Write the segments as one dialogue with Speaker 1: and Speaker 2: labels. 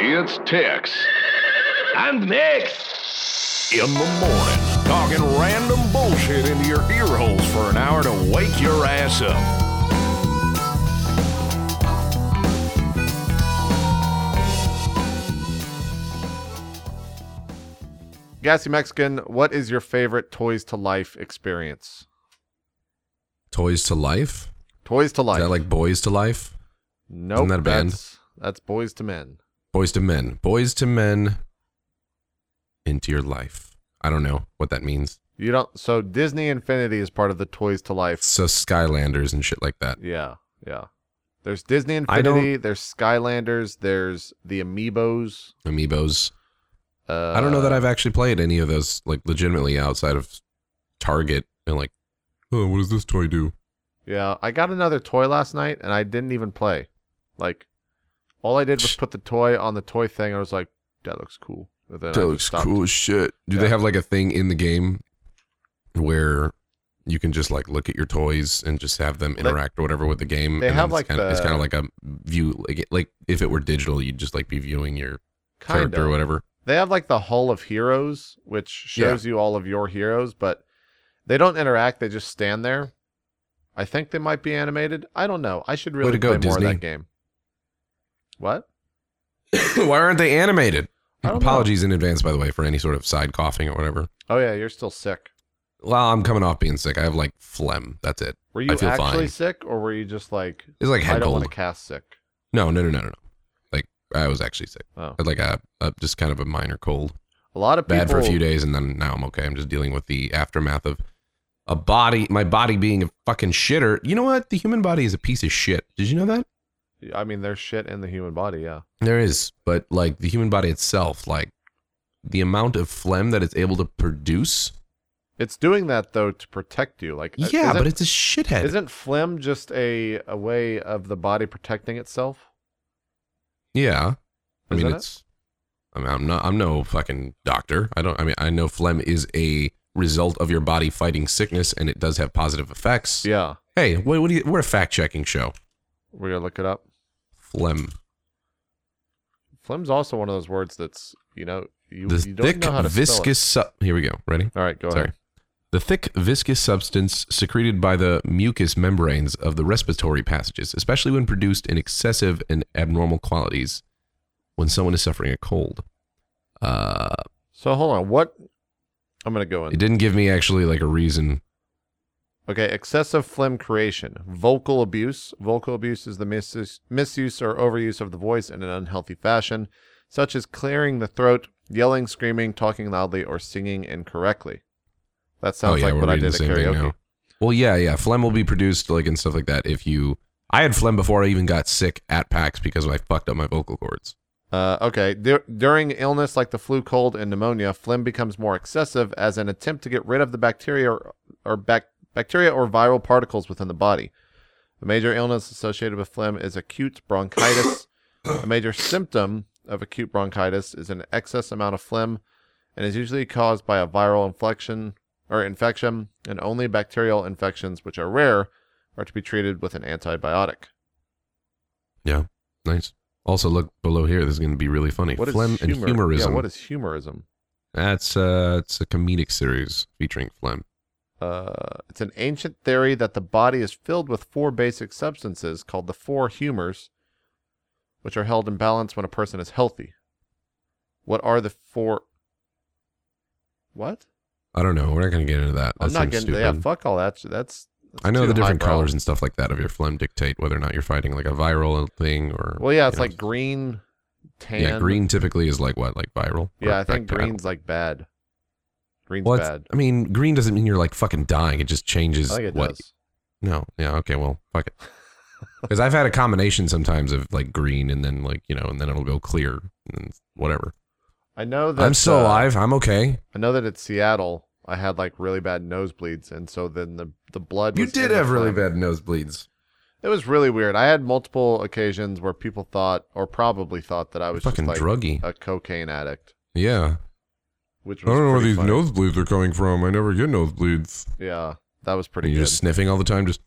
Speaker 1: It's Tex and Nix in the morning, talking random bullshit into your ear holes for an hour to wake your ass up.
Speaker 2: Gassy Mexican, what is your favorite Toys to Life experience?
Speaker 3: Toys to Life?
Speaker 2: Toys to
Speaker 3: Is
Speaker 2: Life.
Speaker 3: that like Boys to Life?
Speaker 2: no,
Speaker 3: isn't that a band?
Speaker 2: That's, that's Boys to Men.
Speaker 3: Boys to Men. Boys to Men into your life. I don't know what that means.
Speaker 2: You don't. So Disney Infinity is part of the Toys to Life.
Speaker 3: So Skylanders and shit like that.
Speaker 2: Yeah, yeah. There's Disney
Speaker 3: I don't-
Speaker 2: Infinity. There's Skylanders. There's the Amiibos.
Speaker 3: Amiibos.
Speaker 2: Uh,
Speaker 3: I don't know that I've actually played any of those like legitimately outside of Target and like, oh, what does this toy do?
Speaker 2: Yeah, I got another toy last night and I didn't even play. Like, all I did was put the toy on the toy thing. And I was like, that looks cool. And then I
Speaker 3: That
Speaker 2: just
Speaker 3: looks
Speaker 2: stopped.
Speaker 3: cool as shit. Do
Speaker 2: Yeah.
Speaker 3: they have like a thing in the game where you can just like look at your toys and just have them interact or whatever with the game?
Speaker 2: they
Speaker 3: and then
Speaker 2: have,
Speaker 3: it's
Speaker 2: like,
Speaker 3: kinda, it's
Speaker 2: the-
Speaker 3: kind of like a view like it- like if it were digital, you'd just like be viewing your
Speaker 2: Kind
Speaker 3: character or
Speaker 2: of.
Speaker 3: whatever.
Speaker 2: They have like the Hall of Heroes, which
Speaker 3: Yeah.
Speaker 2: shows you all of your heroes, but they don't interact. They just stand there. I think they might be animated. I don't know. I should really
Speaker 3: to go,
Speaker 2: play more of
Speaker 3: Disney.
Speaker 2: that game. What?
Speaker 3: Why aren't they animated?
Speaker 2: I don't know.
Speaker 3: Apologies in advance, by the way, for any sort of side coughing or whatever.
Speaker 2: Oh yeah, you're still sick.
Speaker 3: Well, I'm coming off being sick. I have like phlegm. That's it.
Speaker 2: Were you
Speaker 3: I feel
Speaker 2: actually
Speaker 3: fine.
Speaker 2: sick, or were you just like
Speaker 3: It's like
Speaker 2: I
Speaker 3: head
Speaker 2: don't
Speaker 3: cold.
Speaker 2: want to cast sick?
Speaker 3: No, no, no, no, no, no. Like I was actually sick.
Speaker 2: Oh,
Speaker 3: I had like a, a just kind of a minor cold.
Speaker 2: a lot of people.
Speaker 3: Bad for a few days, and then now I'm okay. I'm just dealing with the aftermath of a body, my body being a fucking shitter. You know what? The human body is a piece of shit. Did you know that?
Speaker 2: I mean, there's shit in the human body. Yeah.
Speaker 3: There is, but like the human body itself, like the amount of phlegm that it's able to produce.
Speaker 2: It's doing that though to protect you. Like uh,
Speaker 3: yeah,
Speaker 2: isn't,
Speaker 3: but it's a shithead.
Speaker 2: isn't phlegm just a, a way of the body protecting itself?
Speaker 3: Yeah. I mean,
Speaker 2: Isn't it?
Speaker 3: it's. I mean, I'm not. I'm no fucking doctor. I don't. I mean, I know phlegm is a result of your body fighting sickness, and it does have positive effects.
Speaker 2: Yeah.
Speaker 3: Hey, what, what do you? We're a fact checking show.
Speaker 2: We're gonna look it up.
Speaker 3: Phlegm.
Speaker 2: Phlegm's also one of those words that's you know you,
Speaker 3: the
Speaker 2: you don't
Speaker 3: thick
Speaker 2: know how to
Speaker 3: viscous.
Speaker 2: Spell
Speaker 3: Su- Here we go. Ready?
Speaker 2: it. All right, go
Speaker 3: Sorry.
Speaker 2: ahead.
Speaker 3: The thick, viscous substance secreted by the mucous membranes of the respiratory passages, especially when produced in excessive and abnormal qualities when someone is suffering a cold. Uh,
Speaker 2: So hold on, what? I'm gonna go in.
Speaker 3: it didn't give me actually like a reason Oh,
Speaker 2: Okay, excessive phlegm creation, vocal abuse. Vocal abuse is the misuse, misuse or overuse of the voice in an unhealthy fashion, such as clearing the throat, yelling, screaming, talking loudly, or singing incorrectly. That sounds like
Speaker 3: Oh, we're
Speaker 2: what I
Speaker 3: reading
Speaker 2: did at
Speaker 3: the same thing
Speaker 2: karaoke.
Speaker 3: now. Well, yeah, yeah. Phlegm will be produced like and stuff like that. If you, I had phlegm before I even got sick at PAX because I fucked up my vocal cords.
Speaker 2: Uh, okay. Dur- during illness like the flu, cold, and pneumonia, phlegm becomes more excessive as an attempt to get rid of the bacteria or, or bac- bacteria or viral particles within the body. The major illness associated with phlegm is acute bronchitis. a major symptom of acute bronchitis is an excess amount of phlegm, and is usually caused by a viral infection or infection, and only bacterial infections, which are rare, are to be treated with an antibiotic.
Speaker 3: Nice. Also, look below here. This is going to be really funny.
Speaker 2: What is
Speaker 3: phlegm and
Speaker 2: humor?
Speaker 3: humorism.
Speaker 2: Yeah, what is humorism?
Speaker 3: That's uh, it's a comedic series featuring phlegm.
Speaker 2: Uh, it's an ancient theory that the body is filled with four basic substances called the four humors, which are held in balance when a person is healthy. What are the four? What?
Speaker 3: I don't know. We're not going to get into that. That
Speaker 2: I'm not
Speaker 3: seems
Speaker 2: getting.
Speaker 3: stupid.
Speaker 2: Yeah, fuck all that. shit. That's. that's
Speaker 3: I know
Speaker 2: too
Speaker 3: the different
Speaker 2: highbrow.
Speaker 3: colors and stuff like that of your phlegm dictate whether or not you're fighting like a viral thing or.
Speaker 2: Well, yeah, it's
Speaker 3: you know,
Speaker 2: like green, tan.
Speaker 3: Yeah, green typically is like what, like viral. or
Speaker 2: Yeah, I think
Speaker 3: bacterial?
Speaker 2: green's like bad. Green's
Speaker 3: Well, it's-
Speaker 2: bad.
Speaker 3: I mean, green doesn't mean you're like fucking dying. It just changes
Speaker 2: I think it
Speaker 3: what
Speaker 2: does.
Speaker 3: No. Yeah. Okay. Well, fuck it. Because I've had a combination sometimes of like green and then like you know and then it'll go clear and then whatever.
Speaker 2: I know that.
Speaker 3: I'm still
Speaker 2: uh,
Speaker 3: alive. I'm okay.
Speaker 2: I know that at Seattle, I had like really bad nosebleeds, and so then the the blood.
Speaker 3: You
Speaker 2: was
Speaker 3: did
Speaker 2: in the
Speaker 3: have really
Speaker 2: phlegm.
Speaker 3: bad nosebleeds.
Speaker 2: It was really weird. I had multiple occasions where people thought, or probably thought, that I was
Speaker 3: Fucking
Speaker 2: just like uh,
Speaker 3: druggy.
Speaker 2: a cocaine addict.
Speaker 3: yeah.
Speaker 2: Which
Speaker 3: I
Speaker 2: was
Speaker 3: don't know where
Speaker 2: pretty
Speaker 3: these
Speaker 2: funny.
Speaker 3: nosebleeds are coming from. I never get nosebleeds.
Speaker 2: Yeah, that was pretty
Speaker 3: Pretty
Speaker 2: good.
Speaker 3: you're just sniffing all the time. Just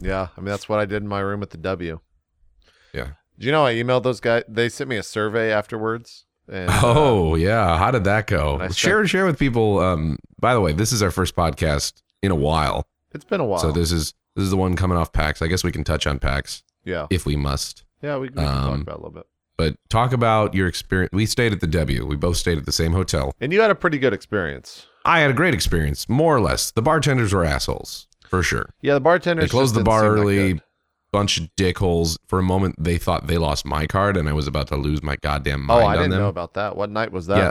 Speaker 2: Yeah, I mean that's what I did in my room at the W.
Speaker 3: Yeah.
Speaker 2: Do you know I emailed those guys? They sent me a survey afterwards. And, uh,
Speaker 3: Oh yeah, how did that go?
Speaker 2: And I
Speaker 3: share share with people. Um, by the way, this is our first podcast in a while,
Speaker 2: it's been a while.
Speaker 3: so this is this is the one coming off PAX. I guess we can touch on PAX
Speaker 2: yeah,
Speaker 3: if we must.
Speaker 2: yeah, we, we can talk
Speaker 3: um,
Speaker 2: about it a little bit.
Speaker 3: But talk about your experience. We stayed at the W. We both stayed at the same hotel.
Speaker 2: And you had a pretty good experience.
Speaker 3: I had a great experience, more or less. The bartenders were assholes for sure.
Speaker 2: Yeah, the bartenders
Speaker 3: They closed
Speaker 2: just
Speaker 3: the
Speaker 2: didn't
Speaker 3: bar
Speaker 2: seem that
Speaker 3: early.
Speaker 2: good.
Speaker 3: bunch of dickholes. For a moment, they thought they lost my card, and I was about to lose my goddamn mind
Speaker 2: Oh, I
Speaker 3: on
Speaker 2: didn't
Speaker 3: them.
Speaker 2: know about that. What night was that?
Speaker 3: yeah,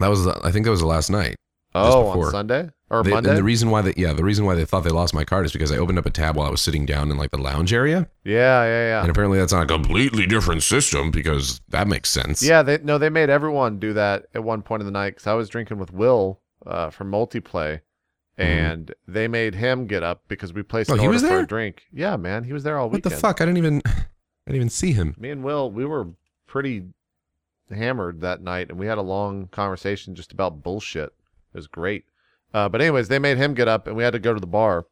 Speaker 3: that was. the- I think that was the last night.
Speaker 2: oh, on
Speaker 3: before.
Speaker 2: Sunday or
Speaker 3: They-
Speaker 2: Monday.
Speaker 3: And the reason why that yeah, the reason why they thought they lost my card is because I opened up a tab while I was sitting down in like the lounge area,
Speaker 2: yeah, yeah, yeah.
Speaker 3: and apparently that's on a completely different system because that makes sense.
Speaker 2: Yeah, they no, they made everyone do that at one point in the night because I was drinking with Will uh, from multiplay, and they made him get up because we placed
Speaker 3: Mm-hmm. Oh,
Speaker 2: an
Speaker 3: he
Speaker 2: order
Speaker 3: was
Speaker 2: for
Speaker 3: there?
Speaker 2: a drink. Yeah, man, he was there all
Speaker 3: What the
Speaker 2: weekend.
Speaker 3: fuck? I didn't even, I didn't even see him.
Speaker 2: Me and Will, we were pretty hammered that night, and we had a long conversation just about bullshit. It was great. Uh, but anyways, they made him get up, and we had to go to the bar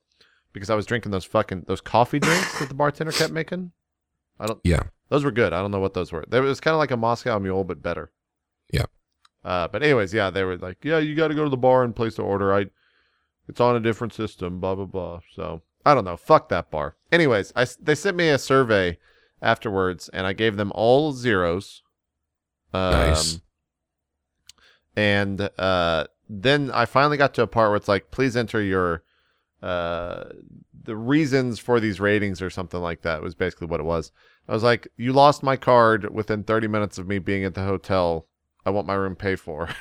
Speaker 2: because I was drinking those fucking those coffee drinks that the bartender kept making. I don't.
Speaker 3: Yeah.
Speaker 2: those were good. I don't know what those were. They, it was kind of like a Moscow Mule, but better.
Speaker 3: Yeah.
Speaker 2: Uh, but anyways, yeah, they were like, yeah, you got to go to the bar and place the order. I, it's on a different system. Blah blah blah. So I don't know. Fuck that bar. Anyways, I s- they sent me a survey afterwards, and I gave them all zeros. Um,
Speaker 3: Nice.
Speaker 2: And uh, then I finally got to a part where it's like, please enter your uh, the reasons for these ratings or something like that was basically what it was. I was like, you lost my card within 30 minutes of me being at the hotel. I want my room paid for.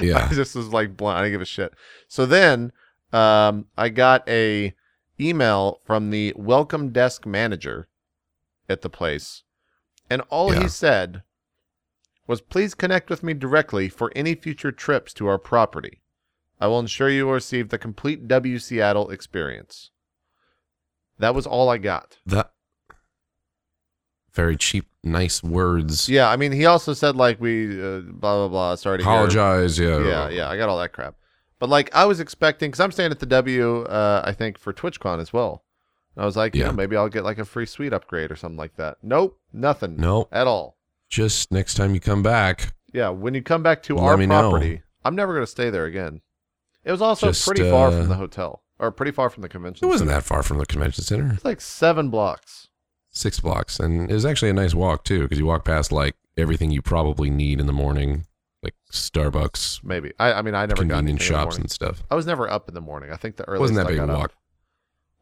Speaker 3: Yeah.
Speaker 2: I just was like blunt. I didn't give a shit. So then um, I got a email from the welcome desk manager at the place. And all
Speaker 3: Yeah.
Speaker 2: he said was please connect with me directly for any future trips to our property. I will ensure you will receive the complete W Seattle experience. That was all I got.
Speaker 3: That very cheap, nice words.
Speaker 2: Yeah, I mean, he also said like we uh, blah blah blah. Sorry to hear.
Speaker 3: Apologize. Yeah.
Speaker 2: Yeah, yeah, I got all that crap. But like, I was expecting because I'm staying at the W, uh, I think for TwitchCon as well. And I was like, yeah.
Speaker 3: Yeah.
Speaker 2: maybe I'll get like a free suite upgrade or something like that. Nope, nothing.
Speaker 3: No.
Speaker 2: at all.
Speaker 3: Just next time you come back,
Speaker 2: Yeah, when you come back to
Speaker 3: Let
Speaker 2: our
Speaker 3: me know.
Speaker 2: property, I'm never gonna stay there again. It was also
Speaker 3: Just,
Speaker 2: pretty far
Speaker 3: uh,
Speaker 2: from the hotel, or pretty far from the convention.
Speaker 3: it wasn't
Speaker 2: center.
Speaker 3: that far from the convention center.
Speaker 2: It's like seven blocks.
Speaker 3: six blocks and it was actually a nice walk too because you walk past like everything you probably need in the morning like starbucks
Speaker 2: Maybe. I, I mean, I never
Speaker 3: convenience
Speaker 2: got anything in the
Speaker 3: shops
Speaker 2: morning.
Speaker 3: and stuff
Speaker 2: I was never up in the morning. I think the earliest
Speaker 3: wasn't that
Speaker 2: I
Speaker 3: big of
Speaker 2: got
Speaker 3: a
Speaker 2: up
Speaker 3: walk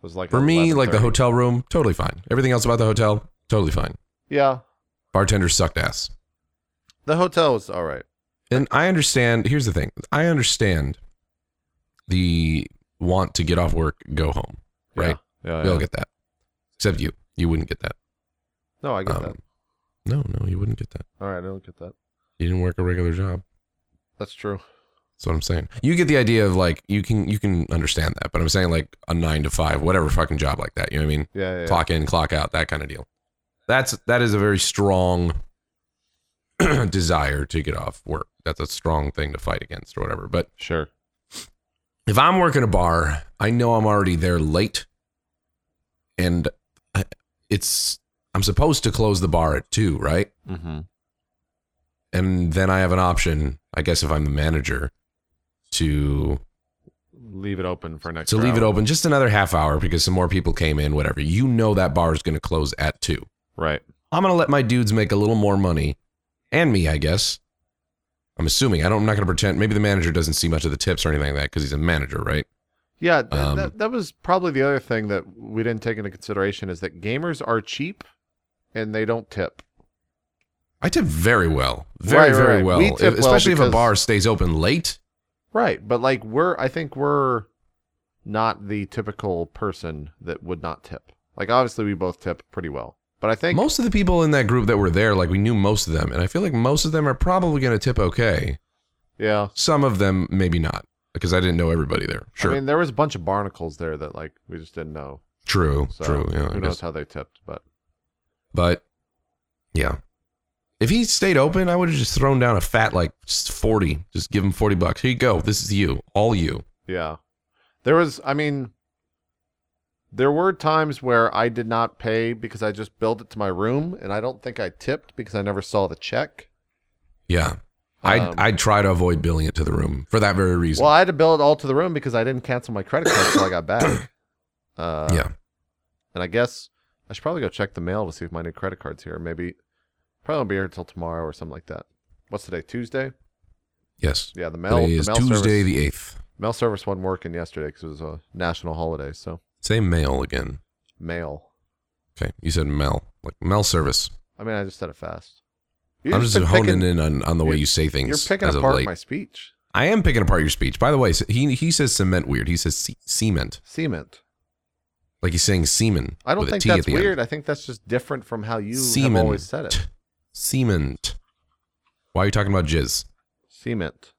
Speaker 2: was like
Speaker 3: for me like the
Speaker 2: 11:30.
Speaker 3: hotel room totally fine everything else about the hotel totally fine
Speaker 2: Yeah,
Speaker 3: bartender sucked ass
Speaker 2: the hotel was all right.
Speaker 3: and i understand here's the thing i understand the want to get off work go home
Speaker 2: Yeah.
Speaker 3: right we
Speaker 2: Yeah,
Speaker 3: all
Speaker 2: Oh, yeah.
Speaker 3: get that except you you wouldn't get that,
Speaker 2: No, I get
Speaker 3: um,
Speaker 2: that.
Speaker 3: no no you wouldn't get that
Speaker 2: All right, I don't get that.
Speaker 3: you didn't work a regular job
Speaker 2: That's true.
Speaker 3: That's what I'm saying. You get the idea of like you can you can understand that, but I'm saying like a nine to five, whatever fucking job like that. You know what I mean?
Speaker 2: Yeah, yeah. yeah.
Speaker 3: Clock in, clock out, that kind of deal. That's that is a very strong desire to get off work. That's a strong thing to fight against or whatever. But
Speaker 2: Sure.
Speaker 3: if I'm working a bar, I know I'm already there late, and I, it's I'm supposed to close the bar at two, right?
Speaker 2: Mm-hmm.
Speaker 3: And then I have an option, I guess, if I'm the manager, to
Speaker 2: Leave it open for next.
Speaker 3: So leave it open just another half hour because some more people came in, whatever. You know that bar is going to close at two.
Speaker 2: Right.
Speaker 3: I'm going to let my dudes make a little more money and me, I guess. I'm assuming. I don't, I'm not going to pretend. Maybe the manager doesn't see much of the tips or anything like that because he's a manager, right?
Speaker 2: Yeah, th-
Speaker 3: Um,
Speaker 2: that that was probably the other thing that we didn't take into consideration is that gamers are cheap, and they don't tip.
Speaker 3: I tip very well. Very,
Speaker 2: Right, right,
Speaker 3: very
Speaker 2: right.
Speaker 3: well.
Speaker 2: We
Speaker 3: If-
Speaker 2: tip well
Speaker 3: especially if a
Speaker 2: because-
Speaker 3: bar stays open late.
Speaker 2: Right, but like we're, I think we're not the typical person that would not tip. Like obviously we both tip pretty well, but I think
Speaker 3: Most of the people in that group that were there, like we knew most of them. And I feel like most of them are probably going to tip okay.
Speaker 2: yeah.
Speaker 3: Some of them, maybe not because I didn't know everybody there. Sure.
Speaker 2: I mean, there was a bunch of barnacles there that like we just didn't know.
Speaker 3: true.
Speaker 2: So
Speaker 3: true. Yeah, I
Speaker 2: who
Speaker 3: guess.
Speaker 2: knows how they tipped? But
Speaker 3: But yeah, if he stayed open, I would have just thrown down a fat like s- forty. Just give him forty bucks. Here you go. This is you, all you.
Speaker 2: Yeah. There was, I mean, There were times where I did not pay because I just billed it to my room, and I don't think I tipped because I never saw the check.
Speaker 3: Yeah. I
Speaker 2: Um,
Speaker 3: I try to avoid billing it to the room for that very reason.
Speaker 2: Well, I had to bill it all to the room because I didn't cancel my credit card until I got back. Uh,
Speaker 3: yeah.
Speaker 2: And I guess I should probably go check the mail to see if my new credit card's here. Maybe probably won't be here until tomorrow or something like that. What's today? Tuesday?
Speaker 3: Yes.
Speaker 2: Yeah, the mail.
Speaker 3: Today
Speaker 2: The
Speaker 3: is
Speaker 2: mail
Speaker 3: Tuesday
Speaker 2: service,
Speaker 3: the eighth.
Speaker 2: mail service wasn't working yesterday because it was a national holiday. So
Speaker 3: Say mail again.
Speaker 2: mail.
Speaker 3: Okay. You said mail. Like mail service.
Speaker 2: I mean, I just said it fast. You've
Speaker 3: I'm just
Speaker 2: been
Speaker 3: honing
Speaker 2: picking-
Speaker 3: in on, on the way
Speaker 2: you're-
Speaker 3: you say things.
Speaker 2: You're picking
Speaker 3: as of
Speaker 2: apart
Speaker 3: late.
Speaker 2: my speech.
Speaker 3: I am picking apart your speech. By the way, he he says cement weird. He says ce- cement.
Speaker 2: Cement.
Speaker 3: Like he's saying semen.
Speaker 2: I don't
Speaker 3: with a
Speaker 2: think
Speaker 3: T at
Speaker 2: that's
Speaker 3: the end.
Speaker 2: weird. I think that's just different from how you
Speaker 3: Semen.
Speaker 2: have always said it.
Speaker 3: Cement. Why are you talking about jizz?
Speaker 2: Cement.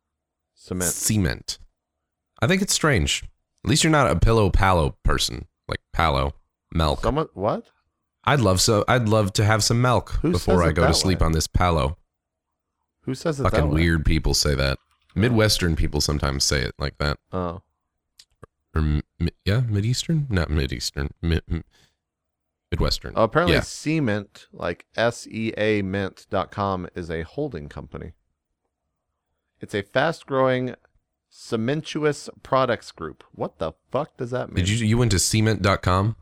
Speaker 2: Cement.
Speaker 3: Cement. I think it's strange. At least you're not a pillow palo person. Like palo. Milk.
Speaker 2: Someone what?
Speaker 3: I'd love so I'd love to have some milk
Speaker 2: Who
Speaker 3: before
Speaker 2: says
Speaker 3: I
Speaker 2: it
Speaker 3: go to
Speaker 2: that
Speaker 3: sleep
Speaker 2: way?
Speaker 3: on this palo.
Speaker 2: Who says it that
Speaker 3: Fucking
Speaker 2: way?
Speaker 3: weird people say that. Midwestern people sometimes say it like that.
Speaker 2: Oh,
Speaker 3: Or mi- mi- yeah, Mideastern? Not Mideastern. Mi- m- Midwestern.
Speaker 2: Oh, apparently,
Speaker 3: Yeah.
Speaker 2: Cement, like S E A Mint.com, is a holding company. It's a fast growing cementuous products group. What the fuck does that mean?
Speaker 3: Did you you went to cement.com?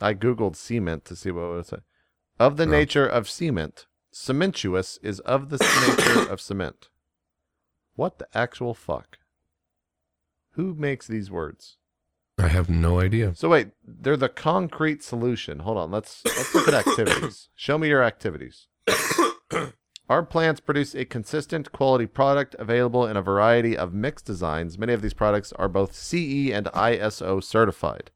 Speaker 2: I Googled cement to see what it would say. Of the
Speaker 3: Oh.
Speaker 2: nature of cement, cementuous is of the nature of cement. What the actual fuck? Who makes these words?
Speaker 3: I have no idea.
Speaker 2: So wait, they're the concrete solution. Hold on, let's let's look at activities. Show me your activities. Our plants produce a consistent quality product available in a variety of mixed designs. Many of these products are both CE and ISO certified.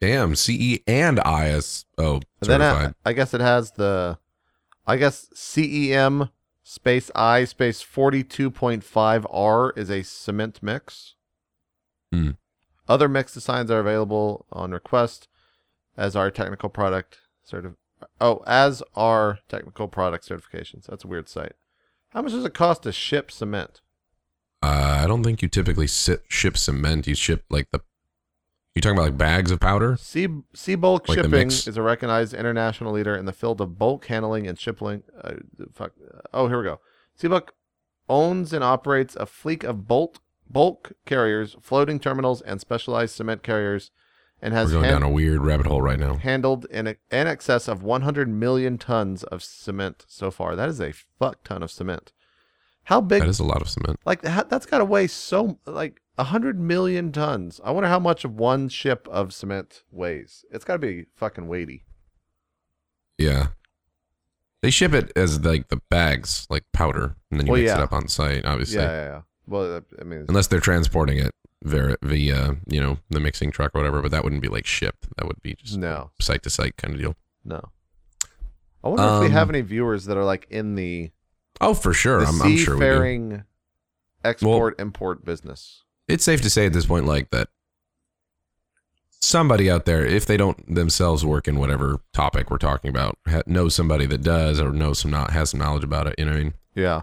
Speaker 3: Damn, CE and ISO
Speaker 2: And then uh,
Speaker 3: certified.
Speaker 2: I, I guess it has the I guess CEM space I space 42.5 R is a cement mix.
Speaker 3: Hmm.
Speaker 2: Other mix designs are available on request as our technical product certif Oh, as our technical product certifications. That's a weird site. How much does it cost to ship cement?
Speaker 3: Uh, I don't think you typically si- ship cement. You ship like the. You talking about like bags of powder?
Speaker 2: Sea, sea bulk
Speaker 3: Like the
Speaker 2: shipping
Speaker 3: mix?
Speaker 2: is a recognized international leader in the field of bulk handling and shipping. Uh, fuck. Oh, here we go. Sea bulk owns and operates a fleet of bulk bulk carriers, floating terminals, and specialized cement carriers, and
Speaker 3: We're
Speaker 2: has
Speaker 3: going
Speaker 2: hand-
Speaker 3: down a weird rabbit hole right now.
Speaker 2: handled in, in excess of 100 million tons of cement so far. That is a fuck ton of cement. How big?
Speaker 3: That is a lot of cement.
Speaker 2: like how, that's got to weigh so like 100 million tons i wonder how much of one ship of cement weighs it's got to be fucking weighty
Speaker 3: Yeah. They ship it as like the bags, like powder, and then you
Speaker 2: Well,
Speaker 3: mix it
Speaker 2: yeah.
Speaker 3: up on site, obviously.
Speaker 2: yeah yeah yeah well uh, i mean it's-
Speaker 3: Unless they're transporting it via, via, you know, the mixing truck or whatever, but that wouldn't be like shipped. That would be just
Speaker 2: no
Speaker 3: site to site kind of deal.
Speaker 2: no i wonder if we have
Speaker 3: Um,
Speaker 2: any viewers that are like in the,
Speaker 3: Oh, for sure.
Speaker 2: the
Speaker 3: I'm, I'm sure we do.
Speaker 2: seafaring export import business
Speaker 3: it's safe to say at this point, like that somebody out there, if they don't themselves work in whatever topic we're talking about, ha- knows somebody that does or knows some not has some knowledge about it. You know what I mean?
Speaker 2: yeah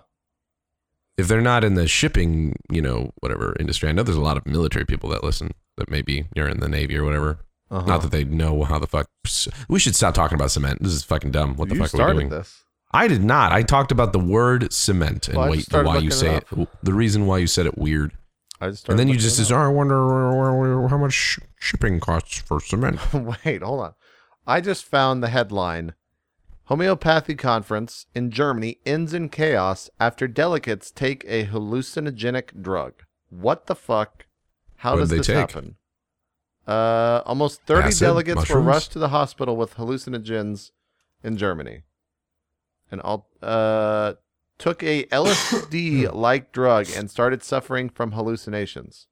Speaker 3: If they're not in the shipping, you know, whatever industry, I know there's a lot of military people that listen that maybe you're in the Navy or whatever.
Speaker 2: uh-huh.
Speaker 3: Not that they know how the fuck. We should stop talking about cement. This is fucking dumb. What the
Speaker 2: you
Speaker 3: fuck are
Speaker 2: started
Speaker 3: we doing?
Speaker 2: this
Speaker 3: I did not. I talked about the word cement and
Speaker 2: Well, I
Speaker 3: why,
Speaker 2: just started
Speaker 3: why you
Speaker 2: looking
Speaker 3: say
Speaker 2: it
Speaker 3: it, the reason why you said it weird.
Speaker 2: i just started
Speaker 3: And then you
Speaker 2: looking
Speaker 3: just
Speaker 2: it
Speaker 3: is, I wonder where- where- how much sh- shipping costs for cement.
Speaker 2: up. wait hold on i just found the headline Homeopathy conference in Germany ends in chaos after delegates take a hallucinogenic drug. What the fuck? How
Speaker 3: What did
Speaker 2: does
Speaker 3: they
Speaker 2: this
Speaker 3: take?
Speaker 2: happen? Uh, almost 30
Speaker 3: Acid?
Speaker 2: delegates
Speaker 3: Mushrooms?
Speaker 2: were rushed to the hospital with hallucinogens in Germany. And all uh, took a LSD-like drug and started suffering from hallucinations.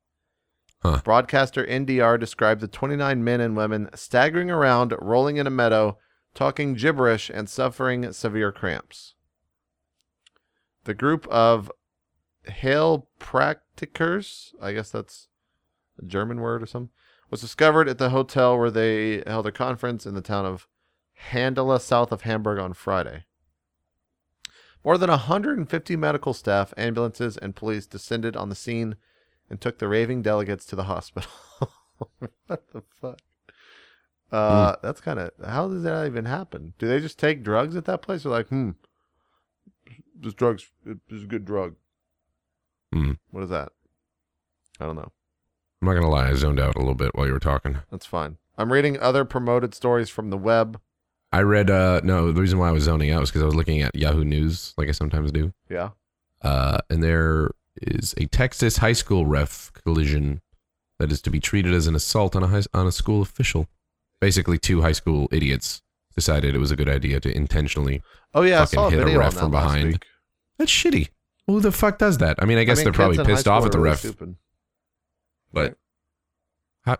Speaker 3: Huh.
Speaker 2: Broadcaster NDR described the 29 men and women staggering around, rolling in a meadow, talking gibberish, and suffering severe cramps. The group of Hail Practikers, I guess that's a German word or something, was discovered at the hotel where they held a conference in the town of Handela, south of Hamburg, on Friday. More than 150 medical staff, ambulances, and police descended on the scene and took the raving delegates to the hospital. what the fuck? Uh, That's kind of how does that even happen? Do they just take drugs at that place? They're like, hmm, this drugs this is a good drug.
Speaker 3: Hmm.
Speaker 2: What is that? I don't know.
Speaker 3: I'm not gonna lie, I zoned out a little bit while you were talking.
Speaker 2: That's fine. I'm reading other promoted stories from the web.
Speaker 3: I read uh no, the reason why I was zoning out was because I was looking at Yahoo News, like I sometimes do.
Speaker 2: Yeah.
Speaker 3: Uh, and there is a Texas high school ref collision that is to be treated as an assault on a high, on a school official. Basically, two high school idiots decided it was a good idea to intentionally.
Speaker 2: Oh yeah, I
Speaker 3: Fucking
Speaker 2: saw a
Speaker 3: hit a
Speaker 2: video
Speaker 3: ref
Speaker 2: on that
Speaker 3: from
Speaker 2: last
Speaker 3: behind.
Speaker 2: week.
Speaker 3: That's shitty. Who the fuck does that? I mean, I guess
Speaker 2: mean,
Speaker 3: they're probably
Speaker 2: kids in high
Speaker 3: pissed off
Speaker 2: school
Speaker 3: at the
Speaker 2: are really
Speaker 3: ref,
Speaker 2: stupid.
Speaker 3: but how,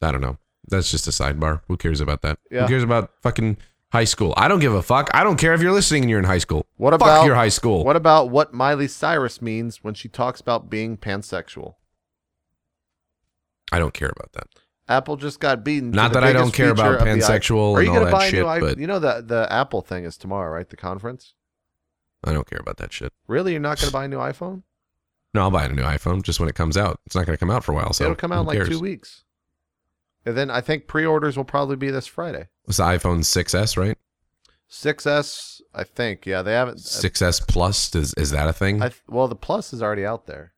Speaker 3: I don't know. That's just a sidebar. Who cares about that?
Speaker 2: Yeah.
Speaker 3: Who cares about fucking high school? I don't give a fuck. I don't care if you're listening and you're in high school.
Speaker 2: What
Speaker 3: fuck
Speaker 2: about-
Speaker 3: your high school?
Speaker 2: What about what Miley Cyrus means when she talks about being pansexual?
Speaker 3: I don't care about that.
Speaker 2: Apple just got beaten. to
Speaker 3: Not
Speaker 2: the
Speaker 3: that I
Speaker 2: biggest
Speaker 3: don't care
Speaker 2: feature
Speaker 3: about
Speaker 2: of the i-
Speaker 3: pansexual
Speaker 2: Are
Speaker 3: and
Speaker 2: you
Speaker 3: all
Speaker 2: gonna
Speaker 3: that
Speaker 2: buy a
Speaker 3: shit,
Speaker 2: new i-
Speaker 3: but-
Speaker 2: you know the the Apple thing is tomorrow, right? The conference.
Speaker 3: I don't care about that shit.
Speaker 2: Really, you're not going to buy a new iPhone?
Speaker 3: No, I'll buy a new iPhone just when it comes out. It's not going to come out for a while, so
Speaker 2: It'll come out
Speaker 3: who
Speaker 2: in like
Speaker 3: cares?
Speaker 2: two weeks. And then I think pre-orders will probably be this Friday.
Speaker 3: It's the iPhone 6s, right?
Speaker 2: Uh, 6S, I think. Yeah, they haven't.
Speaker 3: 6s Plus is, is that a thing?
Speaker 2: I, th- well, the Plus is already out there.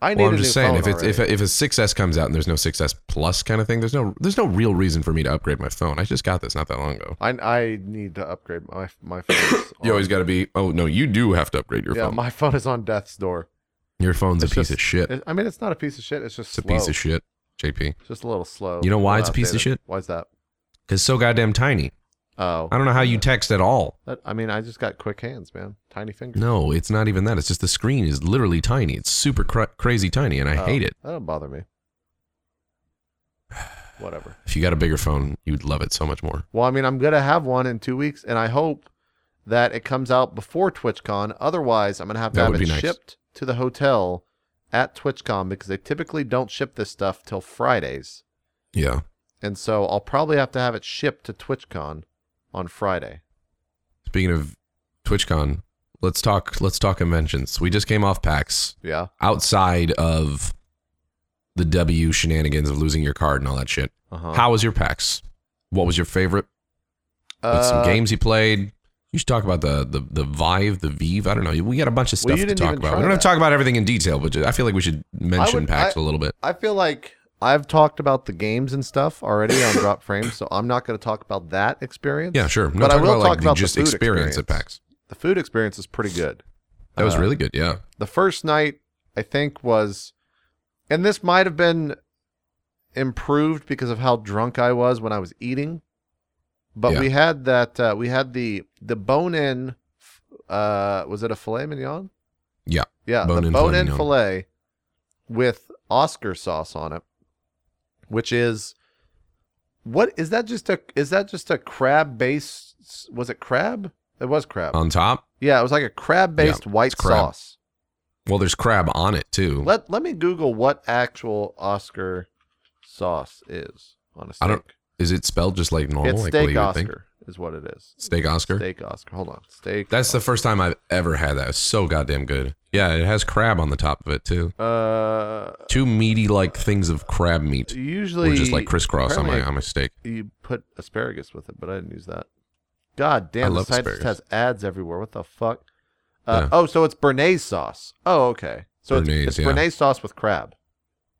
Speaker 2: I need
Speaker 3: well,
Speaker 2: a
Speaker 3: I'm
Speaker 2: new
Speaker 3: just saying
Speaker 2: phone
Speaker 3: if it's if
Speaker 2: already.
Speaker 3: a, if a 6s comes out and there's no 6s Plus kind of thing, there's no there's no real reason for me to upgrade my phone. I just got this not that long ago.
Speaker 2: I, I need to upgrade my my phone.
Speaker 3: You always got to be. Oh no, you do have to upgrade your
Speaker 2: yeah,
Speaker 3: phone.
Speaker 2: my phone is on death's door.
Speaker 3: your phone's a
Speaker 2: It's
Speaker 3: piece
Speaker 2: just-
Speaker 3: of shit.
Speaker 2: It- I mean, it's not a piece of shit. It's just
Speaker 3: It's a
Speaker 2: slow.
Speaker 3: piece of shit, JP.
Speaker 2: It's just a little slow.
Speaker 3: You know why it's a
Speaker 2: Not
Speaker 3: piece of
Speaker 2: updated.
Speaker 3: shit?
Speaker 2: Why's that?
Speaker 3: Because so goddamn tiny.
Speaker 2: Oh,
Speaker 3: I don't know how you text at all.
Speaker 2: That, I mean, I just got quick hands, man. Tiny fingers.
Speaker 3: No, it's not even that. It's just the screen is literally tiny. It's super cra- crazy tiny, and I
Speaker 2: Oh,
Speaker 3: hate it.
Speaker 2: That don't bother me. Whatever.
Speaker 3: If you got a bigger phone, you'd love it so much more.
Speaker 2: Well, I mean, I'm gonna have one in two weeks, and I hope that it comes out before TwitchCon. Otherwise, I'm gonna have to
Speaker 3: That
Speaker 2: have
Speaker 3: would
Speaker 2: it
Speaker 3: be nice.
Speaker 2: shipped to the hotel at TwitchCon because they typically don't ship this stuff till Fridays,
Speaker 3: Yeah.
Speaker 2: and so I'll probably have to have it shipped to TwitchCon on Friday.
Speaker 3: Speaking of TwitchCon, let's talk. Let's talk conventions. We just came off PAX.
Speaker 2: Yeah.
Speaker 3: Outside of the W shenanigans of losing your card and all that shit,
Speaker 2: Uh-huh.
Speaker 3: how was your PAX? What was your favorite?
Speaker 2: Uh,
Speaker 3: some games you played. You should talk about the the the Vive, the Vive. I don't know. We got a bunch of
Speaker 2: Well,
Speaker 3: stuff
Speaker 2: you
Speaker 3: to
Speaker 2: didn't
Speaker 3: talk
Speaker 2: even
Speaker 3: about.
Speaker 2: try
Speaker 3: We don't have to
Speaker 2: that.
Speaker 3: talk about everything in detail, but ju- I feel like we should mention
Speaker 2: would-
Speaker 3: PAX
Speaker 2: I-
Speaker 3: a little bit.
Speaker 2: I feel like I've talked about the games and stuff already on Drop Frame, so I'm not going to talk about that experience.
Speaker 3: Yeah, sure. No,
Speaker 2: but I
Speaker 3: talk
Speaker 2: will
Speaker 3: about,
Speaker 2: talk
Speaker 3: like, the
Speaker 2: about
Speaker 3: just
Speaker 2: the food
Speaker 3: experience, at PAX.
Speaker 2: The food experience is pretty good.
Speaker 3: That was
Speaker 2: Uh,
Speaker 3: really good. Yeah.
Speaker 2: The first night, I think, was, and this might have been improved because of how drunk I was when I was eating, but
Speaker 3: Yeah.
Speaker 2: we had that uh, we had the the bone in, uh, was it a filet mignon?
Speaker 3: Yeah.
Speaker 2: Yeah, the
Speaker 3: Bone-in filet
Speaker 2: bone in
Speaker 3: mignon.
Speaker 2: filet with Oscar sauce on it, which is what is that just a is that just a crab base was it crab? It was crab.
Speaker 3: On top,
Speaker 2: yeah, it was like a crab based white
Speaker 3: Um, crab.
Speaker 2: sauce.
Speaker 3: well, there's crab on it too.
Speaker 2: Let let me Google what actual Oscar sauce is on a steak.
Speaker 3: I don't- Is it spelled just like normal?
Speaker 2: it's
Speaker 3: like what
Speaker 2: steak
Speaker 3: you would think?
Speaker 2: Oscar is what it is.
Speaker 3: Steak Oscar.
Speaker 2: Steak Oscar. Hold on. Steak.
Speaker 3: That's the first time I've ever had that. It's so goddamn good. Yeah, it has crab on the top of it too.
Speaker 2: uh
Speaker 3: Two meaty like things of crab meat.
Speaker 2: usually
Speaker 3: Or just like crisscross on my
Speaker 2: apparently
Speaker 3: on my steak.
Speaker 2: you put asparagus with it, but I didn't use that. God
Speaker 3: I
Speaker 2: damn, the
Speaker 3: love
Speaker 2: site just
Speaker 3: asparagus.
Speaker 2: has ads everywhere. What the fuck? Uh,
Speaker 3: Yeah.
Speaker 2: Oh, so it's Bernays sauce. Oh, okay. So
Speaker 3: Bernays,
Speaker 2: it's, it's
Speaker 3: yeah.
Speaker 2: Bernays sauce with crab.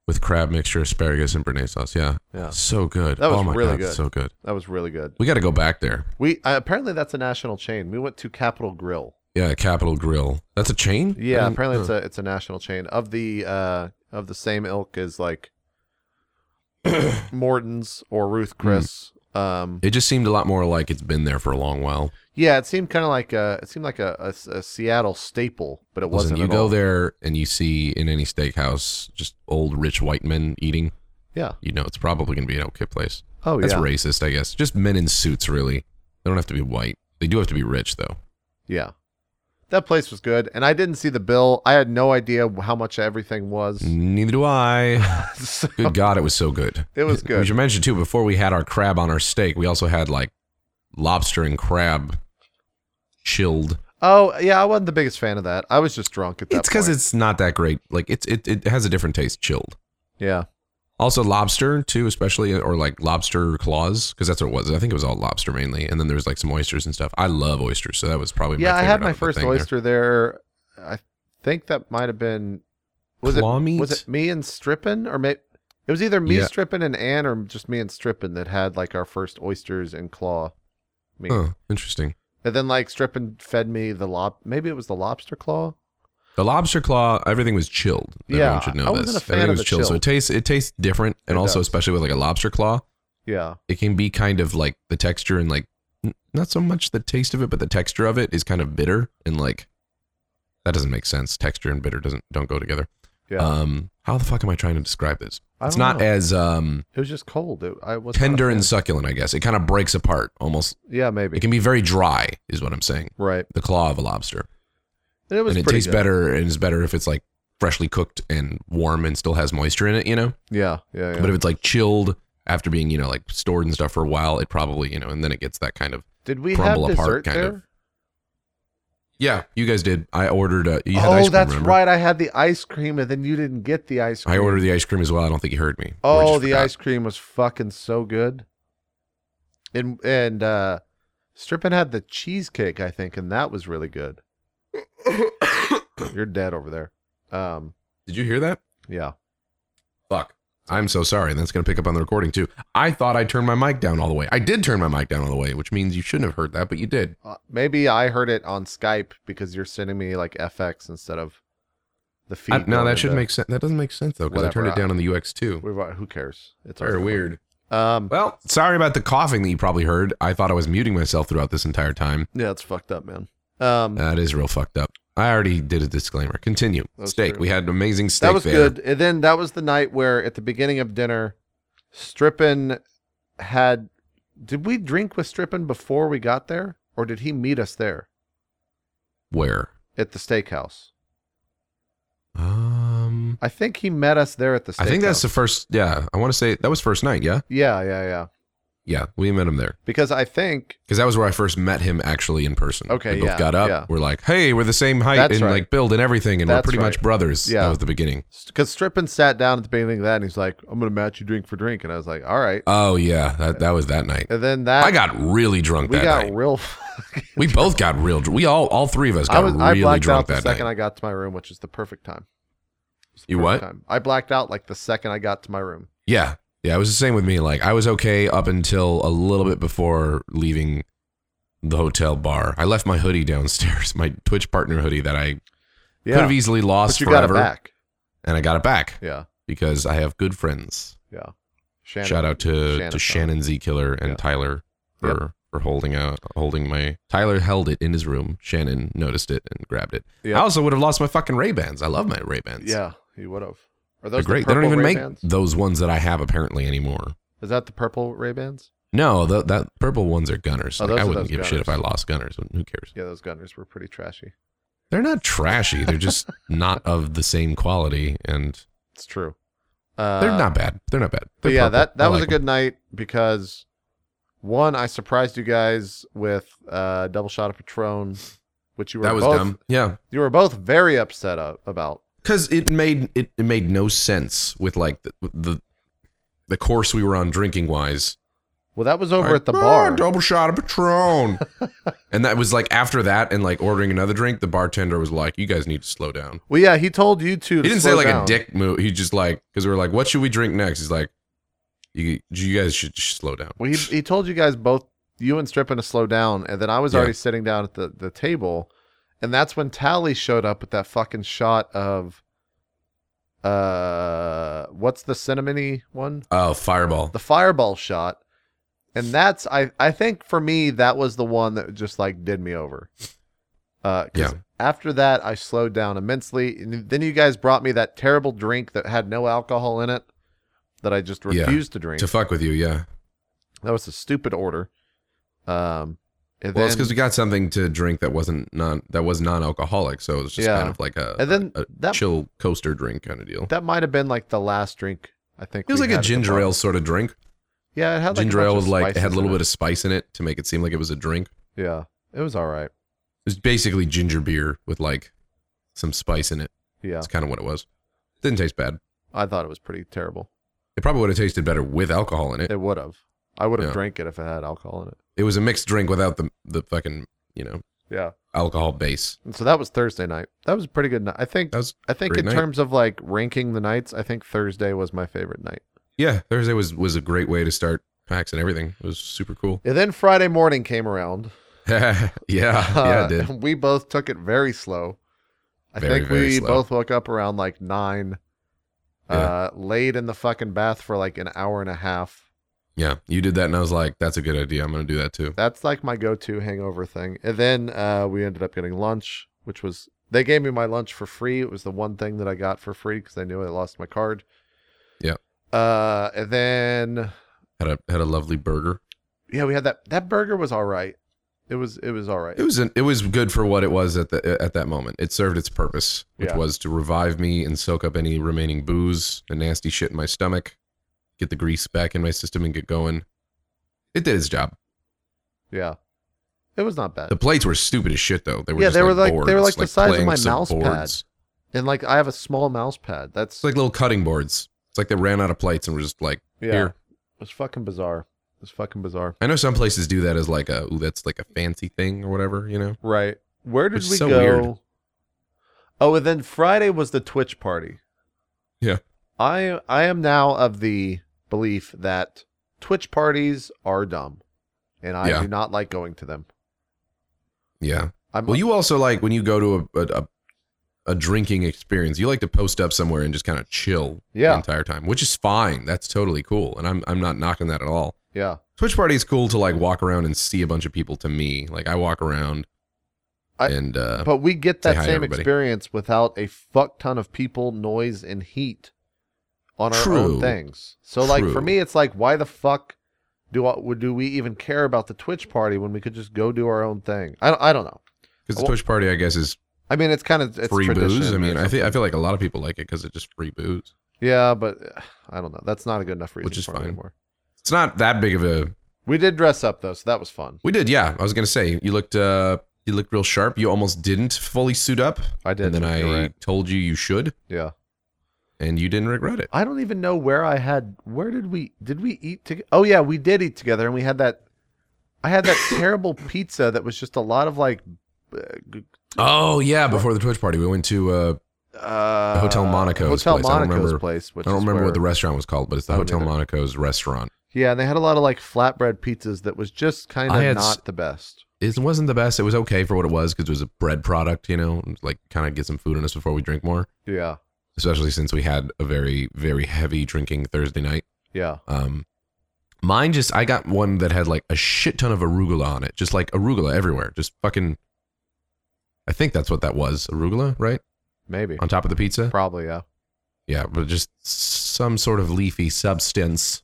Speaker 3: With crab mixture, asparagus, and Bernays sauce. Yeah.
Speaker 2: Yeah.
Speaker 3: So good.
Speaker 2: That was
Speaker 3: oh my
Speaker 2: really
Speaker 3: god,
Speaker 2: good.
Speaker 3: so good.
Speaker 2: That was really good.
Speaker 3: We gotta go back there.
Speaker 2: We uh, apparently that's a national chain. We went to Capital Grill.
Speaker 3: Yeah, Capital Grill. That's a chain?
Speaker 2: Yeah, apparently it's a it's a national chain of the uh of the same ilk as like Morton's or Ruth
Speaker 3: Hmm.
Speaker 2: Chris. Um,
Speaker 3: it just seemed a lot more like it's been there for a long while.
Speaker 2: yeah, it seemed kind of like a it seemed like a, a s- a Seattle staple, but it
Speaker 3: Listen,
Speaker 2: wasn't.
Speaker 3: you
Speaker 2: at
Speaker 3: go
Speaker 2: all.
Speaker 3: there and you see in any steakhouse just old rich white men eating,
Speaker 2: Yeah.
Speaker 3: you know it's probably going to be an okay place.
Speaker 2: Oh
Speaker 3: That's
Speaker 2: yeah.
Speaker 3: racist, I guess. Just men in suits, really. They don't have to be white. They do have to be rich, though.
Speaker 2: Yeah. That place was good, and I didn't see the bill. I had no idea how much everything was.
Speaker 3: Neither do I.
Speaker 2: So-
Speaker 3: Mm. Good God, it was so good.
Speaker 2: It was
Speaker 3: We
Speaker 2: good.
Speaker 3: should mention too. Before we had our crab on our steak, we also had like lobster and crab chilled.
Speaker 2: oh yeah, I wasn't the biggest fan of that. I was just drunk at that.
Speaker 3: It's because
Speaker 2: point.
Speaker 3: it's not that great. Like it's it, it has a different taste chilled.
Speaker 2: yeah.
Speaker 3: Also, lobster too, especially or like lobster claws, because that's what it was. I think it was all lobster mainly, and then there was like some oysters and stuff. I love oysters, so that was probably
Speaker 2: yeah,
Speaker 3: My
Speaker 2: I
Speaker 3: favorite
Speaker 2: had my
Speaker 3: out of the
Speaker 2: first
Speaker 3: thing there.
Speaker 2: oyster there. I think that might have been was it
Speaker 3: Claw meat?
Speaker 2: was it me and Strippin or may, it was either me
Speaker 3: Yeah.
Speaker 2: Strippin and Ann or just me and Strippin that had like our first oysters and claw meat.
Speaker 3: Huh, interesting.
Speaker 2: And then like Strippin fed me the lob maybe it was the lobster claw.
Speaker 3: The lobster claw, everything was chilled.
Speaker 2: Yeah,
Speaker 3: Everyone should know
Speaker 2: I
Speaker 3: this.
Speaker 2: wasn't a fan
Speaker 3: everything
Speaker 2: of
Speaker 3: was
Speaker 2: the
Speaker 3: chilled, so
Speaker 2: chilled.
Speaker 3: it tastes it tastes different, and
Speaker 2: It
Speaker 3: also
Speaker 2: does.
Speaker 3: especially with like a lobster claw,
Speaker 2: Yeah.
Speaker 3: it can be kind of like the texture and like n- not so much the taste of it, but the texture of it is kind of bitter and like that doesn't make sense. Texture and bitter doesn't don't go together.
Speaker 2: Yeah.
Speaker 3: Um, how the fuck am I trying to describe this?
Speaker 2: I
Speaker 3: It's
Speaker 2: don't
Speaker 3: not
Speaker 2: know.
Speaker 3: as um
Speaker 2: it was just cold. It, I was not a
Speaker 3: tender
Speaker 2: fan.
Speaker 3: and succulent, I guess. It kind of breaks apart almost.
Speaker 2: Yeah, maybe.
Speaker 3: It can be very dry, is what I'm saying.
Speaker 2: right.
Speaker 3: The claw of a lobster,
Speaker 2: And it was
Speaker 3: and it
Speaker 2: pretty
Speaker 3: tastes
Speaker 2: good.
Speaker 3: better and is better if it's like freshly cooked and warm and still has moisture in it, you know.
Speaker 2: Yeah, yeah, yeah.
Speaker 3: But if it's like chilled after being, you know, like stored and stuff for a while, it probably, you know, and then it gets that kind of
Speaker 2: Did we have
Speaker 3: crumble
Speaker 2: dessert
Speaker 3: apart, kind
Speaker 2: there?
Speaker 3: of. Yeah, you guys did. I ordered. Uh, you had
Speaker 2: oh,
Speaker 3: ice cream,
Speaker 2: that's
Speaker 3: remember?
Speaker 2: right. I had the ice cream, and then you didn't get the ice cream.
Speaker 3: I ordered the ice cream as well. I don't think you heard me. Or you
Speaker 2: Oh,
Speaker 3: just
Speaker 2: the
Speaker 3: forgot.
Speaker 2: ice cream was fucking so good. And and uh Strippin had the cheesecake, I think, and that was really good. You're dead over there. Um,
Speaker 3: Did you hear that?
Speaker 2: yeah.
Speaker 3: Fuck. I'm so sorry. That's going to pick up on the recording too. I thought I turned my mic down all the way. I did turn my mic down all the way, which means you shouldn't have heard that, but you did.
Speaker 2: Uh, maybe I heard it on Skype because you're sending me like FX instead of the feed.
Speaker 3: I, no,
Speaker 2: going
Speaker 3: that should
Speaker 2: into-
Speaker 3: make sense. That doesn't make sense though, because I
Speaker 2: uh, Whatever,
Speaker 3: turned it
Speaker 2: I-
Speaker 3: down on the UX too.
Speaker 2: We've- uh, Who cares? It's our
Speaker 3: Very weird.
Speaker 2: Um,
Speaker 3: Well, sorry about the coughing that you probably heard. I thought I was muting myself throughout this entire time.
Speaker 2: yeah, it's fucked up, man. Um,
Speaker 3: That is real fucked up. I already did a disclaimer. Continue.
Speaker 2: That's
Speaker 3: steak.
Speaker 2: true.
Speaker 3: We had an amazing steak.
Speaker 2: that was
Speaker 3: there.
Speaker 2: good. And then that was the night where at the beginning of dinner, Strippin had. Did we drink with Strippin before we got there, or did he meet us there
Speaker 3: Where?
Speaker 2: at the steakhouse?
Speaker 3: Um.
Speaker 2: I think he met us there at the. steakhouse.
Speaker 3: I think that's the first. Yeah, I want to say that was first night. Yeah,
Speaker 2: yeah, yeah, yeah.
Speaker 3: yeah, we met him there
Speaker 2: Because I think
Speaker 3: because that was where I first met him actually in person.
Speaker 2: Okay,
Speaker 3: we both
Speaker 2: yeah,
Speaker 3: got up.
Speaker 2: yeah.
Speaker 3: We're like, hey, we're the same height
Speaker 2: That's
Speaker 3: and
Speaker 2: right.
Speaker 3: like build and everything, and
Speaker 2: That's
Speaker 3: we're pretty
Speaker 2: right.
Speaker 3: much brothers.
Speaker 2: Yeah.
Speaker 3: that was the beginning.
Speaker 2: because Strippin sat down at the beginning of that, and he's like, "I'm gonna match you drink for drink," and I was like, "All right."
Speaker 3: Oh yeah, that, that was that night.
Speaker 2: And then that
Speaker 3: I got really drunk
Speaker 2: we
Speaker 3: that
Speaker 2: got
Speaker 3: night.
Speaker 2: real.
Speaker 3: we both got real. dr- We all all three of us got
Speaker 2: I was I
Speaker 3: really
Speaker 2: blacked out
Speaker 3: drunk
Speaker 2: the
Speaker 3: that
Speaker 2: second
Speaker 3: night.
Speaker 2: I got to my room, which is the perfect time. It's the
Speaker 3: You
Speaker 2: perfect
Speaker 3: what?
Speaker 2: Time. I blacked out like the second I got to my room.
Speaker 3: yeah, yeah, it was the same with me. Like I was okay up until a little bit before leaving the hotel bar. I left my hoodie downstairs, my Twitch partner hoodie that I
Speaker 2: Yeah,
Speaker 3: could have easily lost
Speaker 2: but you
Speaker 3: forever,
Speaker 2: got it back.
Speaker 3: and I got it back.
Speaker 2: Yeah,
Speaker 3: because I have good friends.
Speaker 2: yeah. Shannon.
Speaker 3: Shout out to to Shannon Z Killer and
Speaker 2: Yeah.
Speaker 3: Tyler for
Speaker 2: Yep.
Speaker 3: for holding a holding my Tyler held it in his room. Shannon noticed it and grabbed it.
Speaker 2: Yep.
Speaker 3: I also would have lost my fucking Ray Bans. I love my Ray Bans.
Speaker 2: Yeah, he would have. Are
Speaker 3: they're
Speaker 2: those
Speaker 3: great.
Speaker 2: The
Speaker 3: they don't
Speaker 2: purple
Speaker 3: even
Speaker 2: Ray-Bans?
Speaker 3: make those ones that I have apparently anymore.
Speaker 2: Is that the purple Ray Bans?
Speaker 3: No, tho- that purple ones are Gunners.
Speaker 2: Oh,
Speaker 3: Like,
Speaker 2: those
Speaker 3: I
Speaker 2: are
Speaker 3: wouldn't
Speaker 2: those
Speaker 3: give a shit if I
Speaker 2: Gunners.
Speaker 3: lost Gunners. Who cares?
Speaker 2: Yeah, those Gunners were pretty trashy.
Speaker 3: They're not trashy. They're just not of the same quality, and
Speaker 2: It's true. Uh,
Speaker 3: they're not bad. They're not bad.
Speaker 2: But
Speaker 3: They're
Speaker 2: yeah,
Speaker 3: purple.
Speaker 2: that
Speaker 3: I
Speaker 2: that was
Speaker 3: like
Speaker 2: a good night because one, I surprised you guys with uh, double shot of Patron, which you
Speaker 3: 'em.
Speaker 2: were
Speaker 3: That was
Speaker 2: both,
Speaker 3: dumb. Yeah,
Speaker 2: You were both very upset a- about.
Speaker 3: because it made it, it made no sense with like the, the the course we were on drinking wise
Speaker 2: Well, that was over
Speaker 3: Like,
Speaker 2: at the
Speaker 3: "Ah,
Speaker 2: bar.
Speaker 3: double shot of patron and that was like after that and like ordering another drink the bartender was like you guys need to slow down
Speaker 2: Well, yeah, he told you two. To
Speaker 3: he didn't say
Speaker 2: slow
Speaker 3: like
Speaker 2: down.
Speaker 3: a dick move he just like because we were like what should we drink next he's like you, you guys should just slow down
Speaker 2: Well, he, he told you guys both, you and Strippin, to slow down, and then I was
Speaker 3: Yeah.
Speaker 2: already sitting down at the, the table, and that's when Tally showed up with that fucking shot of, uh, what's the cinnamony one?
Speaker 3: oh fireball
Speaker 2: The fireball shot, and that's I I think for me that was the one that just like did me over. Uh, 'cause
Speaker 3: Yeah.
Speaker 2: After that, I slowed down immensely, and then you guys brought me that terrible drink that had no alcohol in it, that I just
Speaker 3: Yeah.
Speaker 2: refused to drink.
Speaker 3: to fuck with you yeah
Speaker 2: That was a stupid order. Um, and
Speaker 3: well it's
Speaker 2: then,
Speaker 3: because we got something to drink that wasn't non that was non-alcoholic so it was just
Speaker 2: Yeah.
Speaker 3: kind of like a,
Speaker 2: and then
Speaker 3: a
Speaker 2: that
Speaker 3: chill coaster drink kind of deal
Speaker 2: that might have been like the last drink. I think
Speaker 3: It was
Speaker 2: we
Speaker 3: like a
Speaker 2: had at the
Speaker 3: ginger
Speaker 2: bar.
Speaker 3: ale sort of drink.
Speaker 2: Yeah, it had like
Speaker 3: ginger ale was like it had a little bit of spice in it to make it seem like it was a drink. It
Speaker 2: of yeah. It was all right.
Speaker 3: was basically ginger beer with like some spice in it.
Speaker 2: Yeah,
Speaker 3: That's kind of what it was. Didn't taste bad.
Speaker 2: I thought it was pretty terrible.
Speaker 3: It probably would have tasted better with alcohol in it.
Speaker 2: It would have. I would have
Speaker 3: Yeah.
Speaker 2: drank it if it had alcohol in it.
Speaker 3: It was a mixed drink without the the fucking you know
Speaker 2: Yeah.
Speaker 3: alcohol base.
Speaker 2: And so that was Thursday night. That was a pretty good night. I think.
Speaker 3: That was
Speaker 2: I think
Speaker 3: great
Speaker 2: in
Speaker 3: night.
Speaker 2: terms of like ranking the nights, I think Thursday was my favorite night.
Speaker 3: yeah. Thursday was was a great way to start packs and everything. It was super cool.
Speaker 2: And then Friday morning came around.
Speaker 3: yeah, yeah,
Speaker 2: Uh,
Speaker 3: it did.
Speaker 2: and We both took it very slow. I
Speaker 3: Very,
Speaker 2: think
Speaker 3: very
Speaker 2: we
Speaker 3: slow.
Speaker 2: both woke up around like nine. Uh, laid in the fucking bath for like an hour and a half.
Speaker 3: Yeah, you did that, and I was like, that's a good idea. I'm gonna do that too.
Speaker 2: That's like my go-to hangover thing. And then uh, we ended up getting lunch, which was they gave me my lunch for free. It was the one thing that I got for free because I knew I lost my card.
Speaker 3: Yeah.
Speaker 2: Uh, and then
Speaker 3: Had a had a lovely burger.
Speaker 2: yeah, we had that. That burger was all right. It was it was all right.
Speaker 3: It was an, it was good for what it was at the at that moment. It served its purpose, which
Speaker 2: Yeah.
Speaker 3: was to revive me and soak up any remaining booze and nasty shit in my stomach, get the grease back in my system, and get going. It did its job.
Speaker 2: yeah, it was not bad.
Speaker 3: The plates were stupid as shit, though. They were
Speaker 2: Yeah,
Speaker 3: just
Speaker 2: they were like-
Speaker 3: boards,
Speaker 2: they were like the size of
Speaker 3: playing
Speaker 2: my
Speaker 3: some
Speaker 2: mouse pad.
Speaker 3: boards.
Speaker 2: and like I have a small mouse pad. That's
Speaker 3: It's like little cutting boards. It's like they ran out of plates and were just like,
Speaker 2: yeah.
Speaker 3: here.
Speaker 2: It was fucking bizarre. It was fucking bizarre.
Speaker 3: I know some places do that as like a, ooh, that's like a fancy thing or whatever, you know.
Speaker 2: Right. Where did
Speaker 3: Which is
Speaker 2: we
Speaker 3: so
Speaker 2: go?
Speaker 3: weird.
Speaker 2: Oh, and then Friday was the Twitch party.
Speaker 3: Yeah.
Speaker 2: I I am now of the belief that Twitch parties are dumb, and I
Speaker 3: Yeah.
Speaker 2: do not like going to them.
Speaker 3: Yeah.
Speaker 2: I'm
Speaker 3: Well, you also like when you go to a a, a, a drinking experience, you like to post up somewhere and just kind of chill the
Speaker 2: yeah
Speaker 3: entire time, which is fine. That's totally cool, and I'm I'm not knocking that at all.
Speaker 2: yeah
Speaker 3: Twitch party is cool to like walk around and see a bunch of people. To me, like I walk around,
Speaker 2: I-
Speaker 3: and uh,
Speaker 2: but we get
Speaker 3: Say
Speaker 2: that
Speaker 3: hi to
Speaker 2: same
Speaker 3: everybody.
Speaker 2: experience without a fuck ton of people, noise, and heat on our own
Speaker 3: True.
Speaker 2: things. So, like for
Speaker 3: True.
Speaker 2: me, it's like, why the fuck do I, would do we even care about the Twitch party when we could just go do our own thing? I don't, I don't know.
Speaker 3: because the Twitch party, I guess, is
Speaker 2: I mean, it's kind of it's
Speaker 3: free
Speaker 2: tradition
Speaker 3: booze. I
Speaker 2: or
Speaker 3: mean, I
Speaker 2: something.
Speaker 3: think I feel like a lot of people like it because it's just free booze.
Speaker 2: yeah, but uh, I don't know. That's not a good enough reason
Speaker 3: Which is
Speaker 2: for it
Speaker 3: fine.
Speaker 2: anymore.
Speaker 3: It's not that big of a.
Speaker 2: We did dress up though, so that was fun.
Speaker 3: We did, yeah. I was gonna say you looked uh you looked real sharp. You almost didn't fully suit up,
Speaker 2: I did.
Speaker 3: and then I
Speaker 2: you're right.
Speaker 3: told you you should,
Speaker 2: yeah.
Speaker 3: and you didn't regret it.
Speaker 2: I don't even know where I had. Where did we? Did we eat together? Oh yeah, we did eat together, and we had that. I had that terrible pizza that was just a lot of like. uh, g-
Speaker 3: Oh yeah, before the Twitch party, we went to uh
Speaker 2: Uh,
Speaker 3: Hotel Monaco's
Speaker 2: Hotel
Speaker 3: place. I don't
Speaker 2: Monaco's
Speaker 3: remember-
Speaker 2: place. Which
Speaker 3: I don't
Speaker 2: is
Speaker 3: remember
Speaker 2: where,
Speaker 3: what the restaurant was called, but it's the
Speaker 2: I don't
Speaker 3: Hotel
Speaker 2: either.
Speaker 3: Monaco's restaurant.
Speaker 2: Yeah, and they had a lot of like flatbread pizzas that was just kind
Speaker 3: I had
Speaker 2: of
Speaker 3: s-
Speaker 2: not the best.
Speaker 3: It wasn't the best. It was okay for what it was because it was a bread product, you know, like kind of get some food in us before we drink more,
Speaker 2: Yeah,
Speaker 3: especially since we had a very, very heavy drinking Thursday night.
Speaker 2: yeah,
Speaker 3: Um, mine just, I got one that had like a shit ton of arugula on it, just like arugula everywhere. Just fucking, I think that's what that was arugula, right?
Speaker 2: maybe,
Speaker 3: On top of the pizza.
Speaker 2: probably, yeah,
Speaker 3: Yeah, but just some sort of leafy substance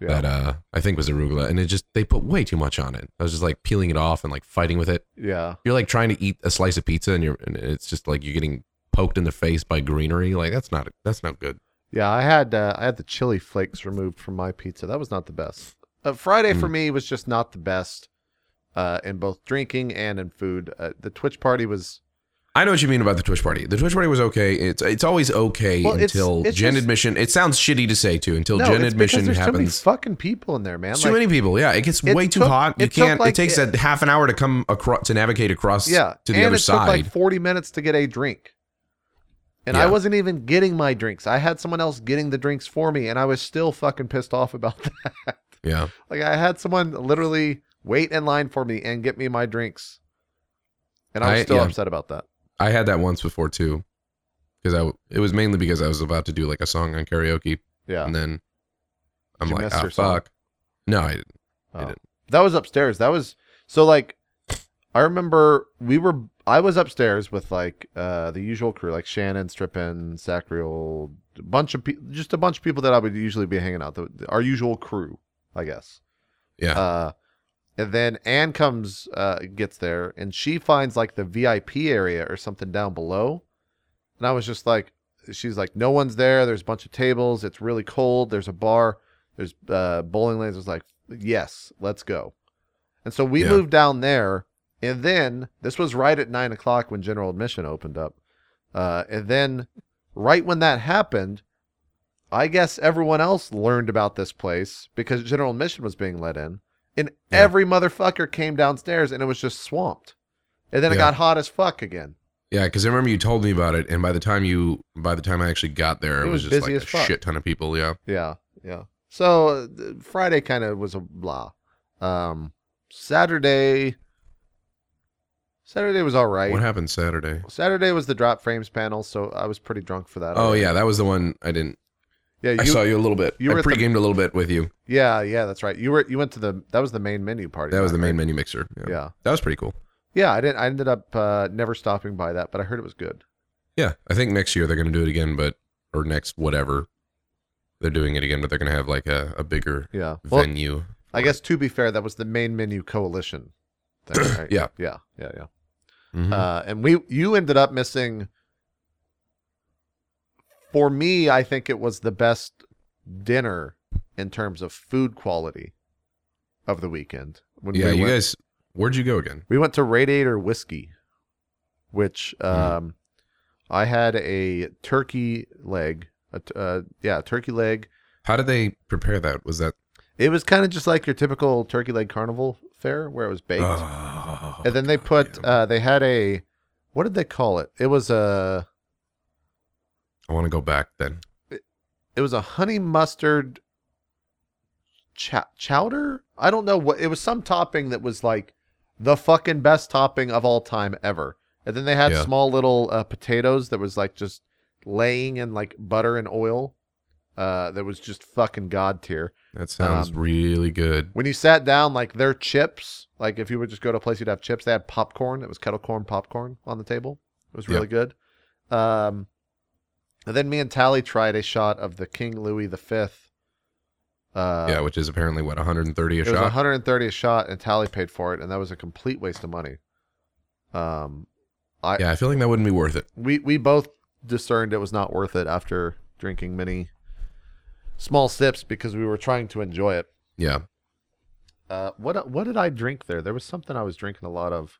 Speaker 2: yeah.
Speaker 3: that uh, I think was arugula. And it just, they put way too much on it. I was just like peeling it off and like fighting with it.
Speaker 2: yeah,
Speaker 3: You're like trying to eat a slice of pizza and you're, and it's just like you're getting poked in the face by greenery. Like that's not, that's not good.
Speaker 2: Yeah, I had uh, I had the chili flakes removed from my pizza. That was not the best. Uh, Friday
Speaker 3: Mm.
Speaker 2: for me was just not the best uh, in both drinking and in food. Uh, the Twitch party was
Speaker 3: I know what you mean about the Twitch party. The Twitch party was okay. It's it's always okay
Speaker 2: Well, it's-
Speaker 3: until
Speaker 2: it's
Speaker 3: gen
Speaker 2: just-
Speaker 3: admission. It sounds shitty to say too until
Speaker 2: no,
Speaker 3: gen
Speaker 2: it's because
Speaker 3: admission
Speaker 2: there's
Speaker 3: happens.
Speaker 2: So many fucking people in there, man.
Speaker 3: It's
Speaker 2: Like,
Speaker 3: too many people. Yeah, it gets
Speaker 2: It
Speaker 3: way too
Speaker 2: took-
Speaker 3: hot. You
Speaker 2: it took,
Speaker 3: can't.
Speaker 2: like,
Speaker 3: it takes
Speaker 2: it-
Speaker 3: a half an hour to come across to navigate across.
Speaker 2: yeah,
Speaker 3: to the
Speaker 2: and
Speaker 3: other
Speaker 2: it
Speaker 3: side.
Speaker 2: took like 40 minutes to get a drink, and I
Speaker 3: Yeah.
Speaker 2: wasn't even getting my drinks. I had someone else getting the drinks for me, and I was still fucking pissed off about that.
Speaker 3: yeah,
Speaker 2: Like I had someone literally wait in line for me and get me my drinks, and I was
Speaker 3: I-
Speaker 2: still
Speaker 3: yeah.
Speaker 2: upset about that.
Speaker 3: I had that once before too, because I w- it was mainly because I was about to do like a song on karaoke,
Speaker 2: Yeah.
Speaker 3: and then I'm
Speaker 2: you
Speaker 3: like,
Speaker 2: miss
Speaker 3: ah,
Speaker 2: your
Speaker 3: fuck.
Speaker 2: song?
Speaker 3: No, I didn't.
Speaker 2: Oh.
Speaker 3: didn't.
Speaker 2: That was upstairs. That was so like I remember we were I was upstairs with like uh the usual crew, like Shannon, Strippin, Sacriel, a bunch of people just a bunch of people that I would usually be hanging out, the, our usual crew, I guess.
Speaker 3: Yeah.
Speaker 2: Uh and then Anne comes uh gets there and she finds like the VIP area or something down below. And I was just like she's like, No one's there, there's a bunch of tables, it's really cold, there's a bar there's uh, bowling lanes. It's like, yes, let's go. And so we
Speaker 3: Yeah.
Speaker 2: moved down there, and then this was right at nine o'clock when general admission opened up, uh, and then right when that happened, I guess everyone else learned about this place because General Mission was being let in, and
Speaker 3: Yeah.
Speaker 2: every motherfucker came downstairs and it was just swamped. And then it
Speaker 3: Yeah.
Speaker 2: got hot as fuck again.
Speaker 3: Yeah, because I remember you told me about it, and by the time you, by the time I actually got there,
Speaker 2: It
Speaker 3: it, was,
Speaker 2: was
Speaker 3: just
Speaker 2: busy
Speaker 3: like
Speaker 2: as
Speaker 3: a
Speaker 2: fuck.
Speaker 3: shit ton of people. Yeah,
Speaker 2: Yeah, yeah. So uh, th- Friday kind of was a blah. Um, Saturday, Saturday was all right.
Speaker 3: what happened Saturday?
Speaker 2: Saturday was the drop frames panel, so I was pretty drunk for that.
Speaker 3: Oh
Speaker 2: already.
Speaker 3: yeah, that was the one I didn't.
Speaker 2: yeah. You,
Speaker 3: I saw you a little bit.
Speaker 2: you
Speaker 3: You I
Speaker 2: were at the-
Speaker 3: pre-gamed a little bit with you.
Speaker 2: Yeah, yeah, that's right. You were you went to the that was the main menu party.
Speaker 3: That was the
Speaker 2: right?
Speaker 3: main menu mixer. Yeah.
Speaker 2: Yeah,
Speaker 3: that was pretty cool.
Speaker 2: yeah. I didn't. I ended up uh, never stopping by that, but I heard it was good.
Speaker 3: Yeah, I think next year they're going to do it again, but or next whatever they're doing it again, but they're going to have like a, a bigger
Speaker 2: Yeah. Well,
Speaker 3: venue.
Speaker 2: I guess to be fair, that was the main menu coalition. Thing, right?
Speaker 3: Yeah.
Speaker 2: yeah, yeah, yeah.
Speaker 3: Mhm.
Speaker 2: Uh, and we you ended up missing. For me, I think it was the best dinner in terms of food quality of the weekend. When
Speaker 3: yeah,
Speaker 2: we
Speaker 3: you
Speaker 2: went,
Speaker 3: guys, where'd you go again?
Speaker 2: we went to Radiator Whiskey, which
Speaker 3: Hmm.
Speaker 2: um, I had a turkey leg. A t- uh, yeah, a turkey leg.
Speaker 3: How did they prepare that? Was that
Speaker 2: It was kind of just like your typical turkey leg carnival fare, where it was baked.
Speaker 3: Oh,
Speaker 2: and then they
Speaker 3: God,
Speaker 2: put
Speaker 3: yeah.
Speaker 2: uh, they had a what did they call it? It was a
Speaker 3: I want to go back then.
Speaker 2: it was a honey mustard chow- chowder. I don't know what it was. Some topping that was like the fucking best topping of all time ever. And then they had
Speaker 3: Yeah.
Speaker 2: small little uh, potatoes that was like just laying in like butter and oil. Uh, that was just fucking god tier.
Speaker 3: That sounds
Speaker 2: Um,
Speaker 3: really good.
Speaker 2: When you sat down, like their chips, like if you would just go to a place, you'd have chips. They had popcorn. It was kettle corn popcorn on the table. It was
Speaker 3: Yeah.
Speaker 2: really good. Um, and then me and Tally tried a shot of the King Louis the Fifth. Uh,
Speaker 3: yeah, which is apparently what 130 a
Speaker 2: it
Speaker 3: shot.
Speaker 2: was 130 a shot, and Tally paid for it, and that was a complete waste of money. Um,
Speaker 3: yeah, I feel like that wouldn't be worth it.
Speaker 2: we we both discerned it was not worth it after drinking many small sips because we were trying to enjoy it.
Speaker 3: Yeah,
Speaker 2: Uh, what what did I drink there? There was something I was drinking a lot of.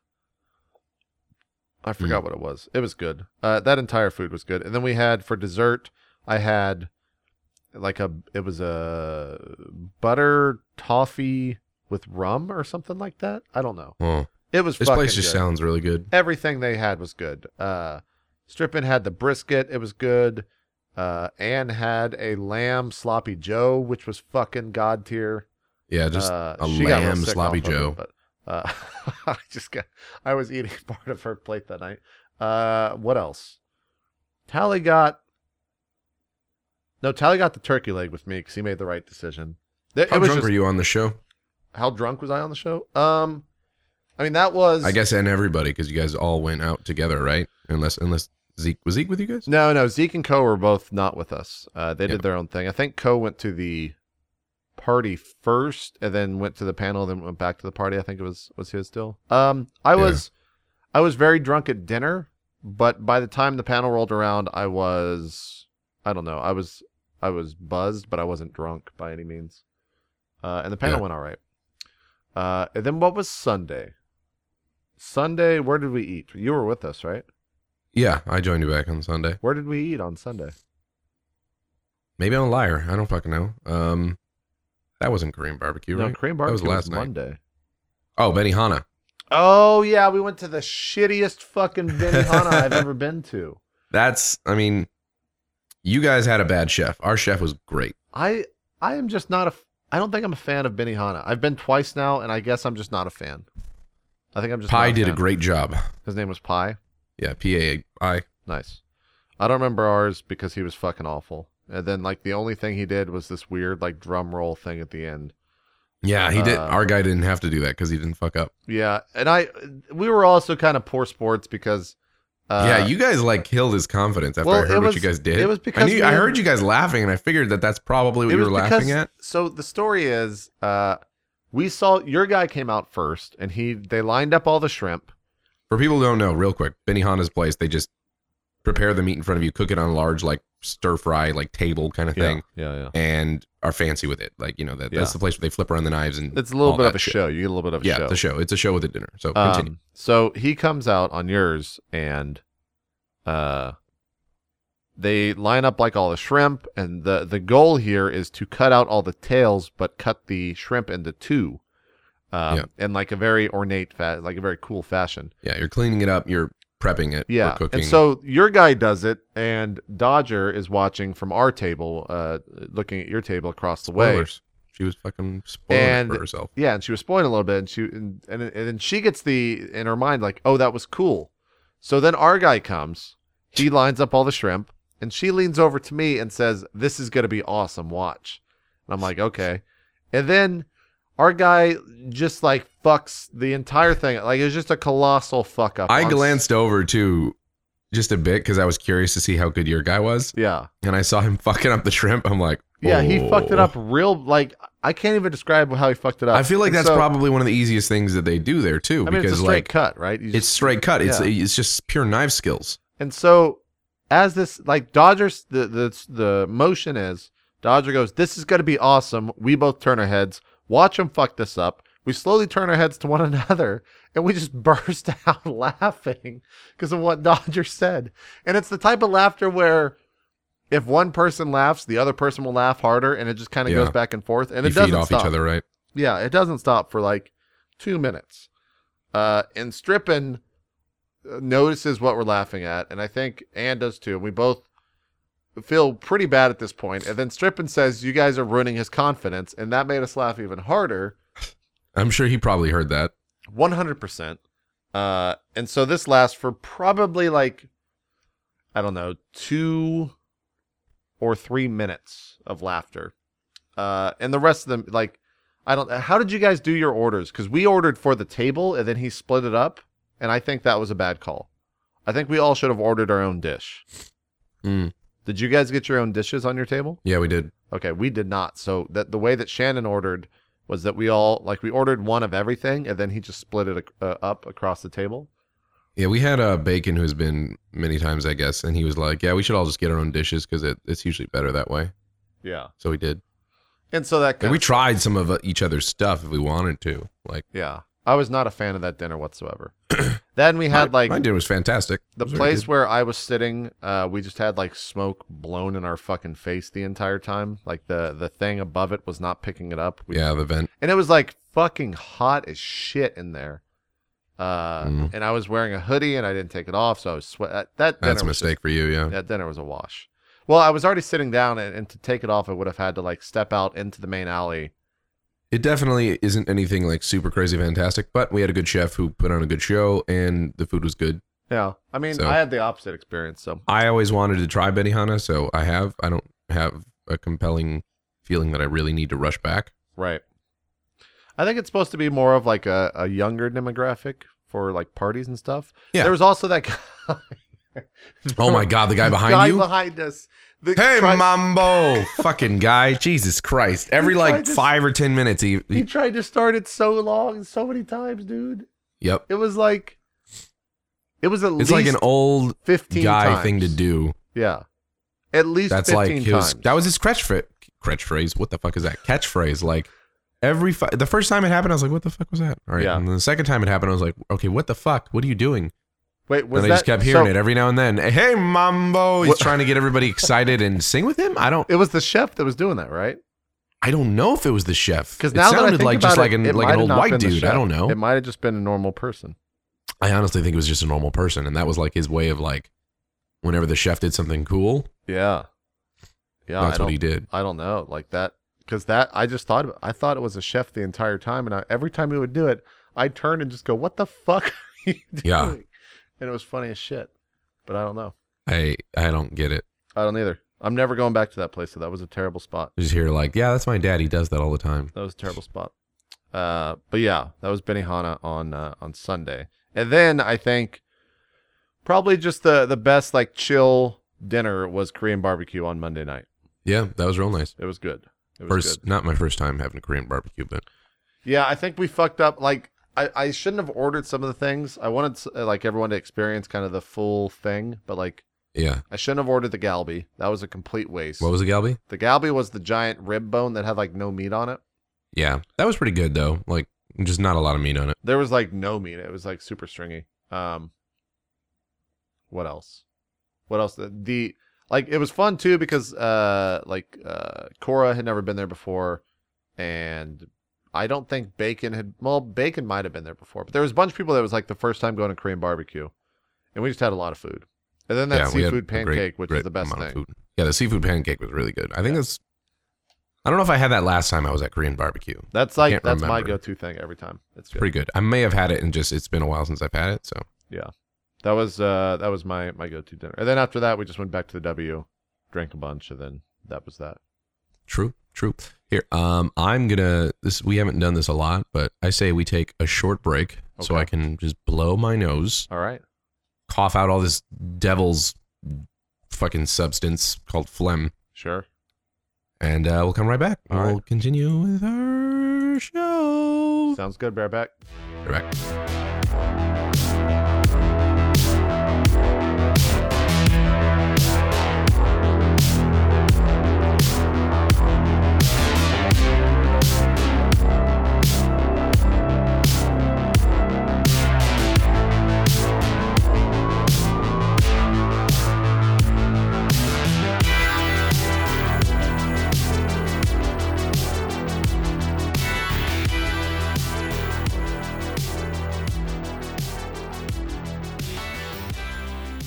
Speaker 2: I
Speaker 3: Hmm.
Speaker 2: forgot what it was. It was good. Uh, that entire food was good. And then we had for dessert, I had like a it was a butter toffee with rum or something like that. I don't know.
Speaker 3: oh,
Speaker 2: It was
Speaker 3: this
Speaker 2: fucking
Speaker 3: place just
Speaker 2: good.
Speaker 3: sounds really good.
Speaker 2: Everything they had was good. Uh, Strippin had the brisket. It was good. Uh, Anne had a lamb sloppy Joe, which was fucking god tier
Speaker 3: Yeah,
Speaker 2: Uh,
Speaker 3: just a
Speaker 2: she got real
Speaker 3: lamb
Speaker 2: sick
Speaker 3: sloppy
Speaker 2: off of it,
Speaker 3: joe.
Speaker 2: but uh, I just got. I was eating part of her plate that night. Uh, what else? Tally got. No, Tally got the turkey leg with me because he made the right decision. Th- It,
Speaker 3: how
Speaker 2: was
Speaker 3: drunk
Speaker 2: just-
Speaker 3: were you on the show?
Speaker 2: How drunk was I on the show? Um, I mean that was.
Speaker 3: I guess and everybody because you guys all went out together, right? Unless unless Zeke was Zeke with you guys?
Speaker 2: No, no. Zeke and Co were both not with us. Uh, they
Speaker 3: Yeah.
Speaker 2: did their own thing. I think Co went to the party first, and then went to the panel, then went back to the party. I think it was was his still. Um, I
Speaker 3: Yeah.
Speaker 2: was, I was very drunk at dinner, but by the time the panel rolled around, I was, I don't know, I was, I was buzzed, but I wasn't drunk by any means. Uh, and the panel
Speaker 3: Yeah.
Speaker 2: went all right. Uh, and then what was Sunday? Sunday, where did we eat? You were with us, right?
Speaker 3: Yeah, I joined you back on Sunday.
Speaker 2: Where did we eat on Sunday?
Speaker 3: Maybe I'm a liar. I don't fucking know. Um, that wasn't Korean barbecue,
Speaker 2: no,
Speaker 3: right?
Speaker 2: cream
Speaker 3: was
Speaker 2: barbecue was,
Speaker 3: last night.
Speaker 2: Monday.
Speaker 3: Oh, Benihana.
Speaker 2: Oh yeah, we went to the shittiest fucking Benihana I've ever been to.
Speaker 3: That's. I mean, you guys had a bad chef. Our chef was great.
Speaker 2: I I am just not a. f- I don't think I'm a fan of Benihana. I've been twice now, and I guess I'm just not a fan. I think I'm just.
Speaker 3: Pie
Speaker 2: not
Speaker 3: did a
Speaker 2: fan.
Speaker 3: great job.
Speaker 2: His name was Pie.
Speaker 3: Yeah, P A I.
Speaker 2: Nice. I don't remember ours because he was fucking awful. And then like the only thing he did was this weird like drum roll thing at the end.
Speaker 3: Yeah, he did.
Speaker 2: Uh,
Speaker 3: Our guy didn't have to do that because he didn't fuck up.
Speaker 2: Yeah, and I we were also kind of poor sports because. Uh,
Speaker 3: yeah, you guys like killed his confidence after
Speaker 2: well,
Speaker 3: I
Speaker 2: it
Speaker 3: heard what
Speaker 2: was-
Speaker 3: you guys did.
Speaker 2: it was because
Speaker 3: I, knew,
Speaker 2: we
Speaker 3: I
Speaker 2: had-
Speaker 3: heard you guys laughing, and I figured that that's probably what you were laughing at.
Speaker 2: So the story is, uh, we saw your guy came out first, and he they lined up all the shrimp.
Speaker 3: For people who don't know, real quick, Benihana's place, they just prepare the meat in front of you, cook it on a large, like stir fry, like table kind of thing,
Speaker 2: yeah, yeah.
Speaker 3: and are fancy with it. Like, you know, that,
Speaker 2: Yeah.
Speaker 3: that's the place where they flip around the knives and
Speaker 2: It's a little
Speaker 3: all
Speaker 2: bit of
Speaker 3: that
Speaker 2: a
Speaker 3: shit.
Speaker 2: show. You get a little bit of a
Speaker 3: Yeah,
Speaker 2: show.
Speaker 3: the show. It's a show with a dinner. So
Speaker 2: Um,
Speaker 3: continue.
Speaker 2: so he comes out on yours, and uh, They line up like all the shrimp, and the, the goal here is to cut out all the tails, but cut the shrimp into two, um,
Speaker 3: Yeah.
Speaker 2: in like a very ornate, fa- like a very cool fashion.
Speaker 3: Yeah, you're cleaning it up, you're prepping it,
Speaker 2: Yeah,
Speaker 3: you're cooking.
Speaker 2: and so your guy does it, and Dodger is watching from our table, uh, looking at your table across the way.
Speaker 3: Spoilers. She was fucking spoiling it
Speaker 2: And-
Speaker 3: for herself.
Speaker 2: Yeah, and she was spoiling a little bit, and she and, and and then she gets the in her mind like, oh, that was cool. So then our guy comes, he lines up all the shrimp, and she leans over to me and says, "This is gonna be awesome. Watch." And I'm like, okay. And then our guy just like fucks the entire thing. Like it was just a colossal fuck up.
Speaker 3: I
Speaker 2: on s-
Speaker 3: glanced over to just a bit because I was curious to see how good your guy was,
Speaker 2: Yeah.
Speaker 3: and I saw him fucking up the shrimp. I'm like,
Speaker 2: Yeah, he fucked it
Speaker 3: "Oh."
Speaker 2: up real like I can't even describe how he fucked it up.
Speaker 3: I feel like
Speaker 2: And
Speaker 3: that's
Speaker 2: so-
Speaker 3: probably one of the easiest things that they do there too,
Speaker 2: I mean, it's a
Speaker 3: because
Speaker 2: straight
Speaker 3: like
Speaker 2: cut, right? You
Speaker 3: it's
Speaker 2: just-
Speaker 3: straight cut. It's
Speaker 2: Yeah.
Speaker 3: it's just pure knife skills.
Speaker 2: And so, as this like Dodgers, the the the motion is Dodger goes, "This is going to be awesome." We both turn our heads, watch him fuck this up. We slowly turn our heads to one another, and we just burst out laughing because of what Dodger said. And it's the type of laughter where. If one person laughs, the other person will laugh harder, and it just kind of
Speaker 3: Yeah.
Speaker 2: goes back and forth,
Speaker 3: You
Speaker 2: and it
Speaker 3: feed
Speaker 2: doesn't
Speaker 3: off
Speaker 2: stop.
Speaker 3: each other, right?
Speaker 2: Yeah, it doesn't stop for like two minutes. Uh, and Strippin uh, notices what we're laughing at, and I think Ann does too. We both feel pretty bad at this point. And then Strippin says, "You guys are ruining his confidence," and that made us laugh even harder,
Speaker 3: I'm sure he probably heard that.
Speaker 2: one hundred percent. Uh, and so this lasts for probably like I don't know two or three minutes of laughter. Uh, and the rest of them, like, I don't. How did you guys do your orders? Because we ordered for the table, and then he split it up, and I think that was a bad call. I think we all should have ordered our own dish.
Speaker 3: Mm.
Speaker 2: Did you guys get your own dishes on your table?
Speaker 3: Yeah, we did.
Speaker 2: Okay, we did not. So that the way that Shannon ordered was that we all like we ordered one of everything, and then he just split it ac- uh, up across the table.
Speaker 3: Yeah, we had uh, Bacon who's been many times, I guess, and he was like, "Yeah, we should all just get our own dishes because it, it's usually better that way."
Speaker 2: Yeah,
Speaker 3: So we did.
Speaker 2: and so that
Speaker 3: Like,
Speaker 2: kind
Speaker 3: we tried some of uh, each other's stuff if we wanted to. Like
Speaker 2: yeah, I was not a fan of that dinner whatsoever. then we had
Speaker 3: my,
Speaker 2: like
Speaker 3: my dinner was fantastic. It
Speaker 2: the
Speaker 3: was very
Speaker 2: place
Speaker 3: good.
Speaker 2: where I was sitting, uh, we just had like smoke blown in our fucking face the entire time. Like the the thing above it was not picking it up. We,
Speaker 3: yeah, the vent.
Speaker 2: and it was like fucking hot as shit in there. Uh,
Speaker 3: Mm.
Speaker 2: and I was wearing a hoodie and I didn't take it off, so I was sweat. That, that dinner
Speaker 3: That's a
Speaker 2: was just-
Speaker 3: mistake for you. Yeah.
Speaker 2: that dinner was a wash. Well, I was already sitting down, and, and to take it off, I would have had to like step out into the main alley.
Speaker 3: It definitely isn't anything like super crazy fantastic, but we had a good chef who put on a good show and the food was good.
Speaker 2: Yeah, I mean,
Speaker 3: So-
Speaker 2: I had the opposite experience. So
Speaker 3: I always wanted to try Benihana, so I have. I don't have a compelling feeling that I really need to rush back.
Speaker 2: Right. I think it's supposed to be more of like a, a younger demographic for like parties and stuff.
Speaker 3: Yeah.
Speaker 2: There was also that guy,
Speaker 3: Oh my god, the guy
Speaker 2: guy
Speaker 3: behind you.
Speaker 2: behind us. The
Speaker 3: Hey,
Speaker 2: tried,
Speaker 3: Mambo, fucking guy! Jesus Christ! Every
Speaker 2: tried
Speaker 3: like
Speaker 2: to-
Speaker 3: five or ten minutes, he,
Speaker 2: He
Speaker 3: he-
Speaker 2: tried to start it so long, so many times, dude.
Speaker 3: yep.
Speaker 2: It was like, it was at
Speaker 3: It's
Speaker 2: least
Speaker 3: like an old
Speaker 2: fifteen
Speaker 3: guy
Speaker 2: times.
Speaker 3: thing to do.
Speaker 2: Yeah. At least
Speaker 3: That's like
Speaker 2: fifteen
Speaker 3: his.
Speaker 2: times.
Speaker 3: That was his catchphrase. Catchphrase. What the fuck is that? Catchphrase. Like every fi- the first time it happened, I was like, "What the fuck was that?" All right.
Speaker 2: Yeah.
Speaker 3: And then the second time it happened, I was like, "Okay, what the fuck? What are you doing?"
Speaker 2: Wait, was
Speaker 3: and
Speaker 2: that
Speaker 3: I just kept hearing
Speaker 2: so
Speaker 3: it every now and then. Hey, Mambo! He's
Speaker 2: What-
Speaker 3: trying to get everybody excited and sing with him. I don't.
Speaker 2: It was the chef that was doing that, right?
Speaker 3: I don't know if it was the chef.
Speaker 2: Because
Speaker 3: It
Speaker 2: now that I
Speaker 3: sounded
Speaker 2: think
Speaker 3: like
Speaker 2: about
Speaker 3: just
Speaker 2: it,
Speaker 3: like an
Speaker 2: it
Speaker 3: like
Speaker 2: might have
Speaker 3: an old
Speaker 2: not
Speaker 3: white
Speaker 2: been the
Speaker 3: dude. I
Speaker 2: chef.
Speaker 3: don't know.
Speaker 2: It might have just been a normal person.
Speaker 3: I honestly think it was just a normal person, and that was like his way of like, whenever the chef did something cool,
Speaker 2: Yeah. Yeah. I
Speaker 3: that's what
Speaker 2: don't-
Speaker 3: he did.
Speaker 2: I don't know, like that, because that I just thought I thought it was a chef the entire time, and I, every time he would do it, I'd turn and just go, "What the fuck are you doing?"
Speaker 3: Yeah.
Speaker 2: and it was funny as shit. But I don't know.
Speaker 3: I I don't get it.
Speaker 2: I don't either. I'm never going back to that place. So that was a terrible spot.
Speaker 3: I just hear like, yeah, that's my dad. He does that all the time.
Speaker 2: That was a terrible spot. Uh, but yeah, that was Benihana on uh, on Sunday, and then I think probably just the the best like chill dinner was Korean barbecue on Monday night.
Speaker 3: Yeah, that was real nice.
Speaker 2: It was good. It was good.
Speaker 3: First, not my first time having a Korean barbecue, but
Speaker 2: Yeah, I think we fucked up. Like, I, I shouldn't have ordered some of the things. I wanted s- uh, like everyone to experience kind of the full thing, but like
Speaker 3: yeah.
Speaker 2: I shouldn't have ordered the galbi. That was a complete waste.
Speaker 3: What was the galbi?
Speaker 2: the galbi was the giant rib bone that had like no meat on it.
Speaker 3: Yeah, that was pretty good though. Like, just not a lot of meat on it.
Speaker 2: There was like no meat. It was like super stringy. Um, what else? What else? The, the like it was fun too because uh like uh Cora had never been there before and I don't think Bacon had well Bacon might have been there before but there was a bunch of people that was like the first time going to Korean barbecue and we just had a lot of food and then that
Speaker 3: Yeah, we had
Speaker 2: seafood
Speaker 3: a
Speaker 2: pancake
Speaker 3: great-
Speaker 2: which
Speaker 3: great
Speaker 2: is the best
Speaker 3: amount
Speaker 2: thing
Speaker 3: of food. Yeah, the seafood pancake was really good. I think that's. I don't know if I had that last time I was at Korean barbecue.
Speaker 2: that's like
Speaker 3: can't
Speaker 2: that's my
Speaker 3: remember.
Speaker 2: go-to thing every time it's good
Speaker 3: Pretty good. I may have had it and just it's been a while since I've had it. So
Speaker 2: that was uh that was my my go-to dinner and then after that we just went back to the W drank a bunch and then that was that
Speaker 3: true, true. Here, um, I'm gonna. This we haven't done this a lot, but I say we take a short break so
Speaker 2: Okay.
Speaker 3: I can just blow my nose,
Speaker 2: all right
Speaker 3: cough out all this devil's fucking substance called phlegm,
Speaker 2: sure
Speaker 3: and uh, we'll come right back.
Speaker 2: All
Speaker 3: we'll continue with our show.
Speaker 2: sounds good bareback
Speaker 3: Be back.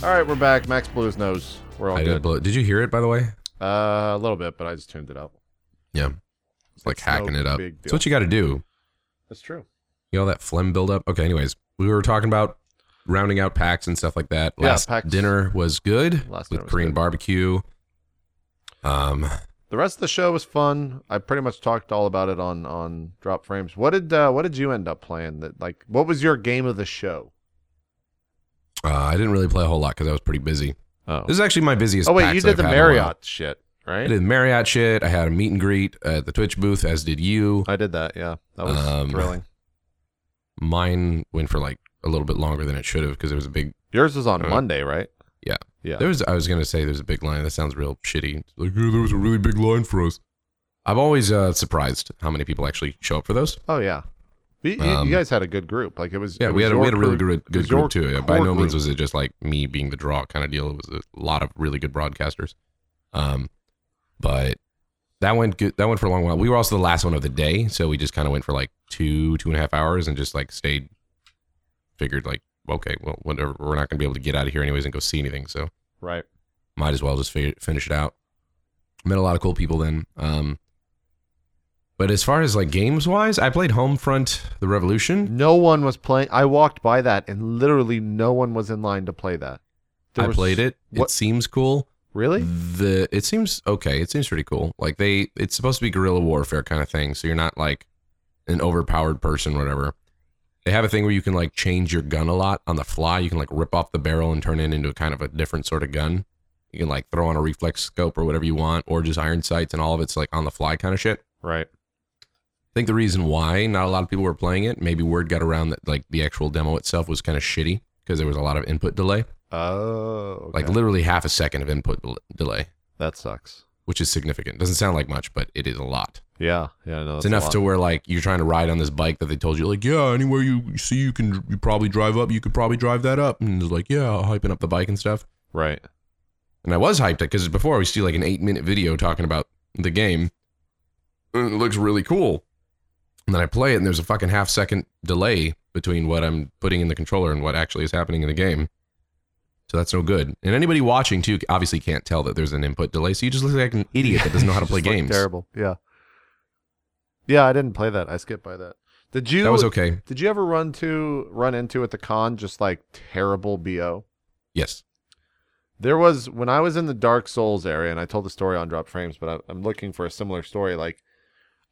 Speaker 2: all right we're back Max Blue's nose we're all
Speaker 3: I did,
Speaker 2: good
Speaker 3: blow, did you hear it by the way?
Speaker 2: uh a little bit but I just tuned it out
Speaker 3: Yeah, it's like
Speaker 2: It's no
Speaker 3: hacking it up.
Speaker 2: big
Speaker 3: It's what you got to do.
Speaker 2: That's true.
Speaker 3: You know that phlegm buildup. Okay, anyways, we were talking about rounding out packs and stuff like that.
Speaker 2: Yeah,
Speaker 3: Last
Speaker 2: packs.
Speaker 3: dinner was good
Speaker 2: Last
Speaker 3: with
Speaker 2: dinner was
Speaker 3: Korean
Speaker 2: good.
Speaker 3: barbecue. Um,
Speaker 2: The rest of the show was fun. I pretty much talked all about it on on Drop Frames. What did uh, what did you end up playing? That like what was your game of the show?
Speaker 3: uh, I didn't really play a whole lot because I was pretty busy.
Speaker 2: Oh,
Speaker 3: This is actually my busiest.
Speaker 2: oh wait,
Speaker 3: packs
Speaker 2: you
Speaker 3: I've
Speaker 2: did the
Speaker 3: had in a while.
Speaker 2: Marriott shit,
Speaker 3: I
Speaker 2: right?
Speaker 3: did Marriott shit. I had a meet and greet at the Twitch booth, as did you.
Speaker 2: I did that. Yeah, that was
Speaker 3: Um,
Speaker 2: thrilling.
Speaker 3: Mine went for like a little bit longer than it should have because it was a big
Speaker 2: Yours was on
Speaker 3: uh,
Speaker 2: Monday, right?
Speaker 3: yeah.
Speaker 2: yeah.
Speaker 3: There was I was gonna say there's a big line. That sounds real shitty. It's Like "Yeah, there was a really big line for us. I'm always uh, surprised how many people actually show up for those.
Speaker 2: oh yeah. You, you- you
Speaker 3: Um,
Speaker 2: guys had a good group. Like it was.
Speaker 3: Yeah,
Speaker 2: it
Speaker 3: we
Speaker 2: was
Speaker 3: had a,
Speaker 2: your
Speaker 3: we had a really
Speaker 2: crew-
Speaker 3: good
Speaker 2: it was
Speaker 3: good group
Speaker 2: your
Speaker 3: too. Yeah, By
Speaker 2: core
Speaker 3: no means
Speaker 2: group.
Speaker 3: was it just like me being the draw kind of deal. It was a lot of really good broadcasters. Um, but that went good. That went for a long while. We were also the last one of the day, so we just kind of went for like two two and a half hours and just like stayed. Figured like okay, well, whatever. We're not gonna be able to get out of here anyways and go see anything. So
Speaker 2: right.
Speaker 3: might as well just fi- finish it out. Met a lot of cool people then. Um, but as far as like games wise, I played Homefront: The Revolution.
Speaker 2: No one was playing. I walked by that, and literally no one was in line to play that. There
Speaker 3: I
Speaker 2: was-
Speaker 3: played it. Mm.
Speaker 2: what-
Speaker 3: It seems cool.
Speaker 2: Really?
Speaker 3: The it seems okay. It seems pretty cool. Like they, it's supposed to be guerrilla warfare kind of thing. So you're not like an overpowered person, whatever. They have a thing where you can like change your gun a lot on the fly. You can like rip off the barrel and turn it into kind of a different sort of gun. You can like throw on a reflex scope or whatever you want, or just iron sights, and all of it's like on the fly kind of shit.
Speaker 2: Right.
Speaker 3: I think the reason why not a lot of people were playing it, maybe word got around that like the actual demo itself was kind of shitty because there was a lot of input delay,
Speaker 2: Oh,
Speaker 3: like
Speaker 2: okay.
Speaker 3: literally half a second of input del- delay,
Speaker 2: that sucks.
Speaker 3: which is significant. Doesn't sound like much, but it is a lot.
Speaker 2: Yeah, yeah, no,
Speaker 3: it's enough to where like you're trying to ride on this bike that they told you like yeah anywhere you you see you can you probably drive up you could probably drive that up and it's like yeah hyping up the bike and stuff.
Speaker 2: right.
Speaker 3: And I was hyped because before we see like an eight minute video talking about the game. And It looks really cool. And then I play it, and there's a fucking half second delay between what I'm putting in the controller and what actually is happening in the game. So that's no good. And anybody watching too obviously can't tell that there's an input delay. So you just look like an idiot that doesn't know how to
Speaker 2: Just
Speaker 3: play
Speaker 2: looked
Speaker 3: games.
Speaker 2: Terrible. Yeah. Yeah, I didn't play that. I skipped by that. Did you?
Speaker 3: That was okay.
Speaker 2: Did you ever run to run into at the con just like terrible bo?
Speaker 3: Yes.
Speaker 2: There was when I was in the Dark Souls area, and I told the story on Drop Frames, but I- I'm looking for a similar story. Like,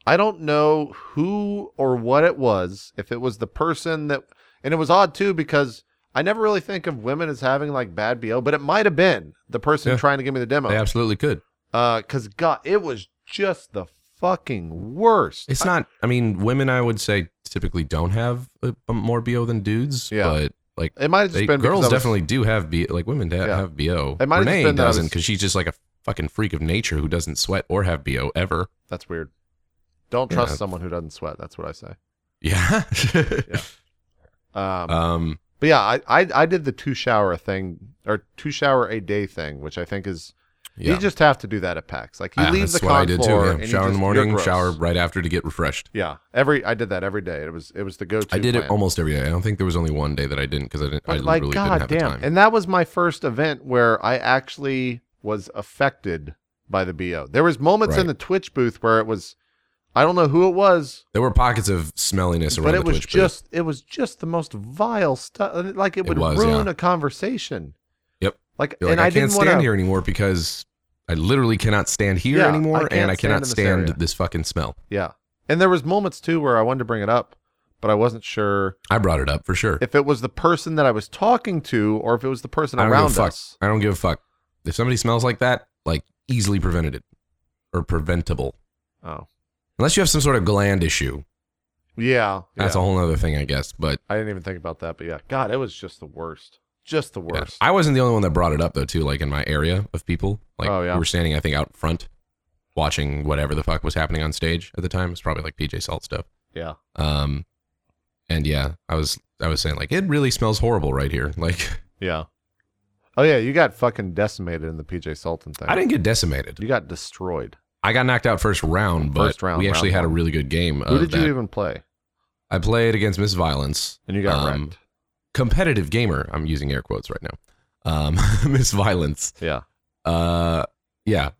Speaker 2: I don't know who or what it was. If it was the person that, and it was odd too because I never really think of women as having like bad bo, but it might have been the person
Speaker 3: Yeah.
Speaker 2: trying to give me the demo.
Speaker 3: They absolutely could.
Speaker 2: Uh, cause God, it was just the fucking worst.
Speaker 3: It's not, I mean, women, I would say, typically don't have a, a more BO than dudes.
Speaker 2: Yeah.
Speaker 3: But like,
Speaker 2: It might have just
Speaker 3: They,
Speaker 2: been because
Speaker 3: girls
Speaker 2: I was-
Speaker 3: definitely do have B, like women da-
Speaker 2: Yeah.
Speaker 3: have bo.
Speaker 2: It might have just
Speaker 3: Renee
Speaker 2: been that I
Speaker 3: doesn't
Speaker 2: was-
Speaker 3: because she's just like a fucking freak of nature who doesn't sweat or have bo ever.
Speaker 2: That's weird. Don't
Speaker 3: Yeah.
Speaker 2: trust someone who doesn't sweat. That's what I say.
Speaker 3: Yeah.
Speaker 2: Um,
Speaker 3: um.
Speaker 2: but yeah, I, I I did the two shower thing or two shower a day thing, which I think is
Speaker 3: Yeah.
Speaker 2: You just have to do that at PAX. Like you
Speaker 3: Yeah,
Speaker 2: leave
Speaker 3: ah, that's
Speaker 2: the
Speaker 3: what I
Speaker 2: con
Speaker 3: did
Speaker 2: floor
Speaker 3: too.
Speaker 2: and
Speaker 3: Yeah.
Speaker 2: you
Speaker 3: Shower in
Speaker 2: just-
Speaker 3: the
Speaker 2: you're
Speaker 3: morning,
Speaker 2: gross.
Speaker 3: shower right after to get refreshed.
Speaker 2: Yeah, every I did that every day. It was it was the go to.
Speaker 3: I did it almost every day. I don't think there was only one day that I didn't because I didn't. I
Speaker 2: But like,
Speaker 3: really
Speaker 2: god
Speaker 3: didn't have
Speaker 2: damn!
Speaker 3: the time.
Speaker 2: And that was my first event where I actually was affected by the bo. There was moments in
Speaker 3: Right.
Speaker 2: the Twitch booth where it was, I don't know who it was,
Speaker 3: There were pockets of smelliness around
Speaker 2: but
Speaker 3: the
Speaker 2: it was
Speaker 3: Twitch booth.
Speaker 2: just it was just the most vile stuff. Like it would
Speaker 3: was,
Speaker 2: ruin
Speaker 3: yeah.
Speaker 2: a conversation.
Speaker 3: Yep.
Speaker 2: Like,
Speaker 3: You're like,
Speaker 2: and I,
Speaker 3: I, can't
Speaker 2: didn't want
Speaker 3: stand
Speaker 2: to.
Speaker 3: here anymore because I literally cannot stand here
Speaker 2: Yeah, I
Speaker 3: anymore,
Speaker 2: can't
Speaker 3: and I
Speaker 2: stand in
Speaker 3: cannot
Speaker 2: this
Speaker 3: stand
Speaker 2: area.
Speaker 3: this fucking smell.
Speaker 2: Yeah. And there was moments too where I wanted to bring it up, but I wasn't sure
Speaker 3: I brought it up for sure.
Speaker 2: if it was the person that I was talking to or if it was the person
Speaker 3: I don't give
Speaker 2: around
Speaker 3: a fuck.
Speaker 2: us.
Speaker 3: I don't give a fuck if somebody smells like that. Like easily prevented it or preventable,
Speaker 2: Oh.
Speaker 3: unless you have some sort of gland issue.
Speaker 2: Yeah.
Speaker 3: That's
Speaker 2: yeah.
Speaker 3: a whole other thing, I guess. But
Speaker 2: I didn't even think about that, but yeah. God, it was just the worst. Just the
Speaker 3: yeah.
Speaker 2: worst.
Speaker 3: I wasn't the only one that brought it up though, too. Like in my area of people, like
Speaker 2: Oh, yeah.
Speaker 3: we were standing, I think, out front, watching whatever the fuck was happening on stage at the time. It's probably like PJ Salt stuff.
Speaker 2: Yeah.
Speaker 3: Um, and yeah, I was I was saying like it really smells horrible right here. Like
Speaker 2: Yeah. Oh yeah, you got fucking decimated in the PJ Sultan thing.
Speaker 3: I didn't get decimated.
Speaker 2: You got destroyed.
Speaker 3: I got knocked out first round, but
Speaker 2: First round,
Speaker 3: we actually
Speaker 2: round
Speaker 3: had a
Speaker 2: one.
Speaker 3: really good game.
Speaker 2: Who
Speaker 3: of
Speaker 2: did
Speaker 3: Oh, that.
Speaker 2: you even play?
Speaker 3: I played against Miss Violence,
Speaker 2: And you got
Speaker 3: Um,
Speaker 2: wrecked.
Speaker 3: competitive gamer. I'm using air quotes right now. Um, Miss Violence.
Speaker 2: Yeah.
Speaker 3: Uh, yeah.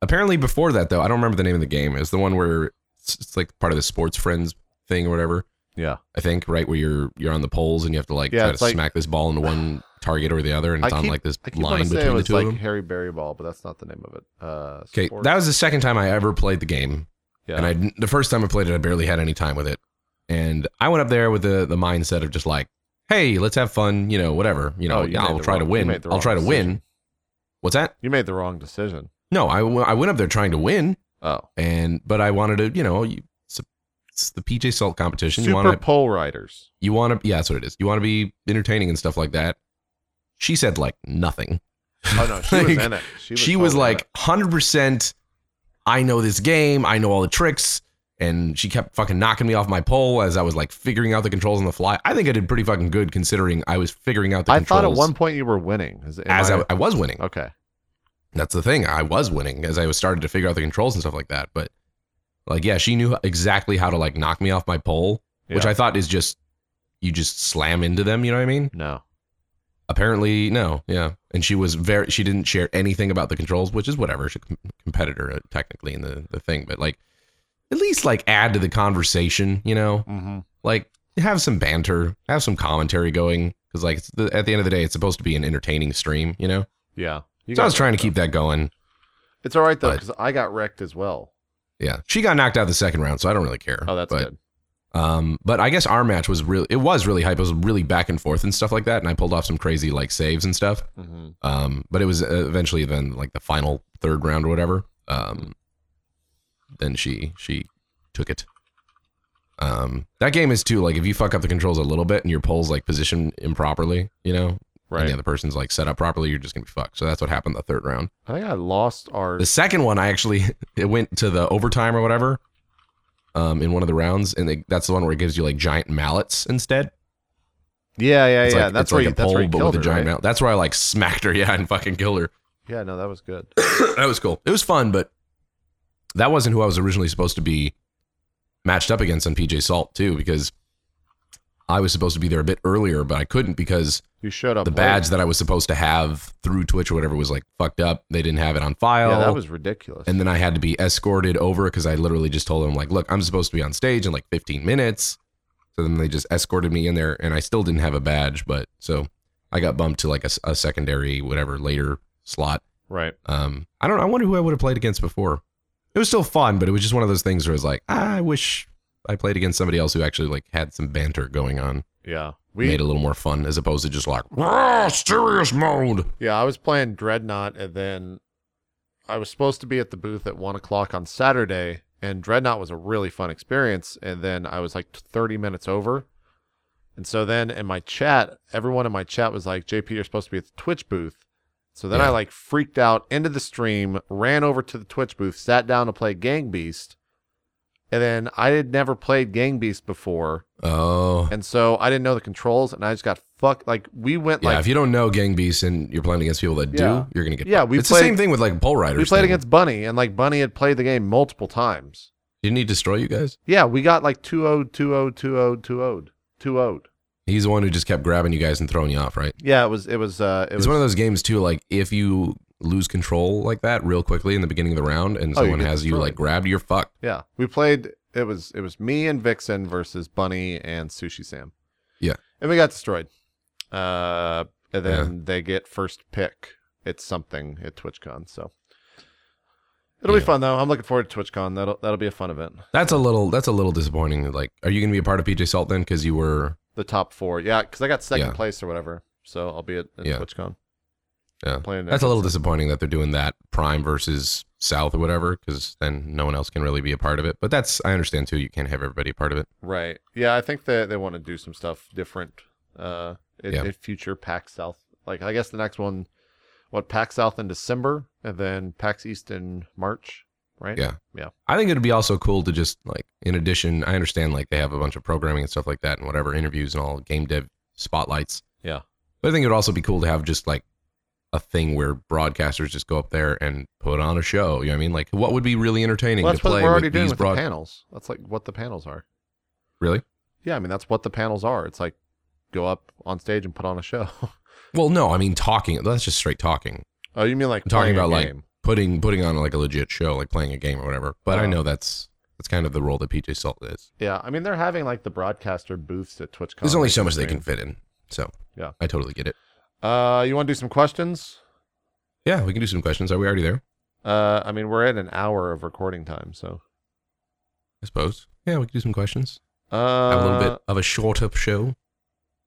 Speaker 3: Apparently, before that though, I don't remember the name of the game. It's the one where it's, it's like part of the sports friends thing or whatever.
Speaker 2: Yeah.
Speaker 3: I think right where you're you're on the poles and you have to like
Speaker 2: Yeah,
Speaker 3: try to
Speaker 2: it's like-
Speaker 3: smack this ball into one target or the other, and
Speaker 2: I
Speaker 3: it's on
Speaker 2: keep-
Speaker 3: like this
Speaker 2: I keep wanting
Speaker 3: line
Speaker 2: to say it
Speaker 3: between the
Speaker 2: was
Speaker 3: two
Speaker 2: like
Speaker 3: of them.
Speaker 2: Harry Berry Ball, but that's not the name of it. Uh
Speaker 3: Okay,
Speaker 2: sport-
Speaker 3: that was the second time I ever played the game,
Speaker 2: yeah.
Speaker 3: and I didn't- the first time I played it, I barely had any time with it, and I went up there with the the mindset of just like, hey, let's have fun, you know, whatever, you know,
Speaker 2: Oh, you
Speaker 3: I'll
Speaker 2: made the
Speaker 3: try to
Speaker 2: wrong- you
Speaker 3: win,
Speaker 2: made the
Speaker 3: I'll
Speaker 2: wrong
Speaker 3: try to win.
Speaker 2: decision.
Speaker 3: What's that?
Speaker 2: you made the wrong decision.
Speaker 3: No, I, w- I went up there trying to win,
Speaker 2: Oh.
Speaker 3: and but I wanted to, you know, you, it's, it's the PJ Salt competition. you
Speaker 2: Super
Speaker 3: want to,
Speaker 2: pole riders.
Speaker 3: you want to, yeah, that's what it is. You want to be entertaining and stuff like that. She said like nothing.
Speaker 2: Oh no, she was
Speaker 3: Like,
Speaker 2: in it. She was,
Speaker 3: she was
Speaker 2: totally in
Speaker 3: like 100% i know this game i know all the tricks and she kept fucking knocking me off my pole as i was like figuring out the controls on the fly i think i did pretty fucking good considering i was figuring out
Speaker 2: it.
Speaker 3: the
Speaker 2: I
Speaker 3: controls
Speaker 2: thought at one point you were winning. Is- am
Speaker 3: as I, I was winning
Speaker 2: okay.
Speaker 3: that's the thing i was winning as i was started to figure out the controls and stuff like that but like yeah she knew exactly how to like knock me off my pole which
Speaker 2: Yeah.
Speaker 3: i thought is just you just slam into them you know what i mean
Speaker 2: No.
Speaker 3: Apparently, no. Yeah. And she was very, she didn't share anything about the controls, which is whatever. She's a com- competitor, uh, technically, in the, the thing, but like, at least like add to the conversation, you know?
Speaker 2: Mm-hmm.
Speaker 3: Like, have some banter, have some commentary going. Cause like, it's the, at the end of the day, it's supposed to be an entertaining stream, you know?
Speaker 2: Yeah. You
Speaker 3: so I
Speaker 2: got
Speaker 3: was trying to
Speaker 2: wrecked,
Speaker 3: keep that going.
Speaker 2: though. It's all right though,
Speaker 3: but-
Speaker 2: because I got wrecked as well.
Speaker 3: Yeah. She got knocked out the second round, so I don't really care.
Speaker 2: Oh, that's
Speaker 3: but,
Speaker 2: good.
Speaker 3: Um, but I guess our match was really, it was really hype. It was really back and forth and stuff like that. And I pulled off some crazy like saves and stuff.
Speaker 2: Mm-hmm.
Speaker 3: Um, but it was uh, eventually then like the final third round or whatever. Um, then she she took it. Um, that game is too like if you fuck up the controls a little bit and your pole's like positioned improperly, you know, and
Speaker 2: Right.
Speaker 3: the other person's like set up properly, you're just gonna be fucked. So that's what happened the third round.
Speaker 2: I think I lost our.
Speaker 3: The second one, I actually it went to the overtime or whatever. Um, in one of the rounds, and they, that's the one where it gives you like giant mallets instead.
Speaker 2: yeah, yeah,
Speaker 3: It's
Speaker 2: yeah.
Speaker 3: like,
Speaker 2: that's
Speaker 3: it's
Speaker 2: where
Speaker 3: like
Speaker 2: you,
Speaker 3: a
Speaker 2: that's
Speaker 3: pole,
Speaker 2: where you
Speaker 3: but with
Speaker 2: killed
Speaker 3: a
Speaker 2: her,
Speaker 3: giant
Speaker 2: right?
Speaker 3: mallet. That's where I like smacked her, yeah, and fucking killed her.
Speaker 2: Yeah, no, that was good.
Speaker 3: that was cool. It was fun, but that wasn't who I was originally supposed to be matched up against on PJ Salt too, because I was supposed to be there a bit earlier, but I couldn't because
Speaker 2: You showed up.
Speaker 3: the
Speaker 2: late.
Speaker 3: badge that I was supposed to have through Twitch or whatever was like fucked up. They didn't have it on file.
Speaker 2: Yeah, that was ridiculous.
Speaker 3: and then I had to be escorted over because I literally just told them like, look, I'm supposed to be on stage in like 15 minutes. So then they just escorted me in there, and I still didn't have a badge, but so I got bumped to like a, s- a secondary whatever later slot.
Speaker 2: right.
Speaker 3: Um, I don't. I wonder who I would have played against before. It was still fun, but it was just one of those things where it's like, "Ah, I wish I played against somebody else who actually like had some banter going on,
Speaker 2: Yeah. We.
Speaker 3: made it a little more fun, as opposed to just like "Rah, serious mode.
Speaker 2: yeah, I was playing Dreadnought, and then I was supposed to be at the booth at one o'clock on Saturday, and Dreadnought was a really fun experience. And then I was like thirty minutes over, and so then in my chat, everyone in my chat was like, "JP, you're supposed to be at the Twitch booth." So then
Speaker 3: Yeah.
Speaker 2: I like freaked out, into the stream, ran over to the Twitch booth, sat down to play Gang Beast, And then I had never played Gang Beast before,
Speaker 3: Oh.
Speaker 2: and so I didn't know the controls, and I just got fucked. Like we went
Speaker 3: Yeah,
Speaker 2: like
Speaker 3: if you don't know Gang Beasts and you're playing against people that
Speaker 2: Yeah.
Speaker 3: do, you're gonna get.
Speaker 2: Yeah, we
Speaker 3: it's
Speaker 2: played-
Speaker 3: the same thing with like pole riders.
Speaker 2: we played
Speaker 3: thing.
Speaker 2: against Bunny, and like Bunny had played the game multiple times.
Speaker 3: Didn't he destroy you guys?
Speaker 2: Yeah, we got like 2-0, 2-0, 2-0, 2-0, 2-0.
Speaker 3: He's the one who just kept grabbing you guys and throwing you off, right?
Speaker 2: Yeah, it was it was uh it
Speaker 3: it's
Speaker 2: was
Speaker 3: one of those games too. Like if you lose control like that real quickly in the beginning of the round, and
Speaker 2: Oh, you
Speaker 3: someone
Speaker 2: get
Speaker 3: has you
Speaker 2: destroyed.
Speaker 3: like grabbed, you're fucked.
Speaker 2: Yeah, we played. It was it was me and Vixen versus Bunny and Sushi Sam.
Speaker 3: Yeah.
Speaker 2: and we got destroyed. Uh, and then they get first pick. It's something at TwitchCon, so it'll be
Speaker 3: Yeah.
Speaker 2: fun though. I'm looking forward to TwitchCon. That'll that'll be a fun event.
Speaker 3: That's a little. That's a little disappointing. Like, are you gonna be a part of PJ Salt then? Because you were.
Speaker 2: The top four, yeah, because I got second
Speaker 3: Yeah.
Speaker 2: place or whatever. So I'll be at, at
Speaker 3: Yeah.
Speaker 2: TwitchCon.
Speaker 3: Yeah.
Speaker 2: playing.
Speaker 3: That's a little disappointing that they're doing that Prime versus South or whatever, because then no one else can really be a part of it. But that's I understand too. You can't have everybody a part of it.
Speaker 2: right. Yeah, I think that they want to do some stuff different. Uh, in,
Speaker 3: Yeah.
Speaker 2: in future PAX South. Like I guess the next one, what PAX South in December, and then PAX East in March, right?
Speaker 3: Yeah. I think it'd be also cool to just like, in addition, I understand like they have a bunch of programming and stuff like that and whatever interviews and all game dev spotlights.
Speaker 2: Yeah.
Speaker 3: But I think it'd also be cool to have just like a thing where broadcasters just go up there and put on a show. You know what I mean? Like, what would be really entertaining
Speaker 2: Well,
Speaker 3: to
Speaker 2: that's what
Speaker 3: play
Speaker 2: we're already
Speaker 3: with
Speaker 2: doing
Speaker 3: these
Speaker 2: with
Speaker 3: broad?
Speaker 2: the panels. That's like what the panels are.
Speaker 3: Really?
Speaker 2: Yeah, I mean that's what the panels are. It's like go up on stage and put on a show.
Speaker 3: Well, no, I mean talking. That's just straight talking.
Speaker 2: oh, you mean like
Speaker 3: I'm talking
Speaker 2: playing a
Speaker 3: about, like,
Speaker 2: game.
Speaker 3: Putting putting on like a legit show, like playing a game or whatever. But I
Speaker 2: Oh.
Speaker 3: know that's that's kind of the role that PJ Salt is.
Speaker 2: yeah? I mean they're having like the broadcaster booths at TwitchCon.
Speaker 3: There's only
Speaker 2: They
Speaker 3: so
Speaker 2: can
Speaker 3: much they
Speaker 2: stream.
Speaker 3: can fit in. So
Speaker 2: Yeah.
Speaker 3: I totally get it.
Speaker 2: Uh, you want to do some questions?
Speaker 3: Yeah, we can do some questions. Are we already there?
Speaker 2: Uh, I mean we're at an hour of recording time, so
Speaker 3: I suppose. Yeah, we can do some questions.
Speaker 2: uh,
Speaker 3: have a little bit of a shorter show.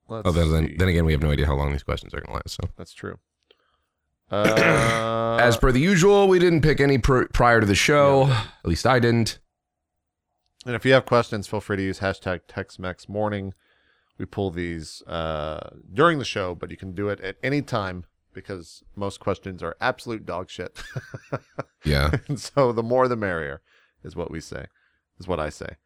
Speaker 2: Let's
Speaker 3: Other
Speaker 2: see.
Speaker 3: than then again, we have no idea how long these questions are going to last. So,
Speaker 2: That's true. Uh,
Speaker 3: as per the usual, we didn't pick any pr- prior to the show. At least I didn't.
Speaker 2: and if you have questions, feel free to use hashtag TexMex Morning. We pull these uh, during the show, but you can do it at any time because most questions are absolute dog shit.
Speaker 3: Yeah,
Speaker 2: and so the more the merrier is what we say, is what I say.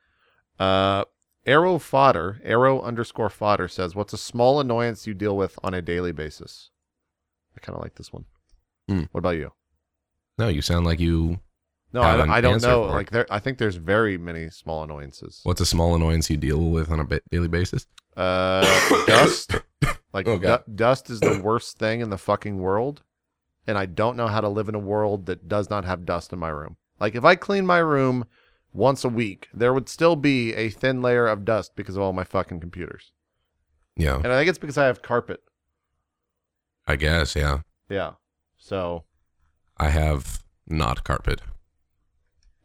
Speaker 2: Uh, arrow fodder, arrow underscore fodder says, "What's a small annoyance you deal with on a daily basis?" I kind of like this one.
Speaker 3: Hmm.
Speaker 2: What about you?
Speaker 3: no, you sound like you.
Speaker 2: No,
Speaker 3: have
Speaker 2: I,
Speaker 3: an
Speaker 2: I don't
Speaker 3: answer
Speaker 2: know.
Speaker 3: for it.
Speaker 2: Like there, I think there's very many small annoyances.
Speaker 3: What's a small annoyance you deal with on a ba- daily basis?
Speaker 2: Uh, dust. Like
Speaker 3: Oh, God.
Speaker 2: du- dust is the worst thing in the fucking world, and I don't know how to live in a world that does not have dust in my room. Like if I clean my room once a week, there would still be a thin layer of dust because of all my fucking computers.
Speaker 3: Yeah,
Speaker 2: And I think it's because I have carpet.
Speaker 3: I guess. Yeah,
Speaker 2: Yeah. So
Speaker 3: I have not carpet.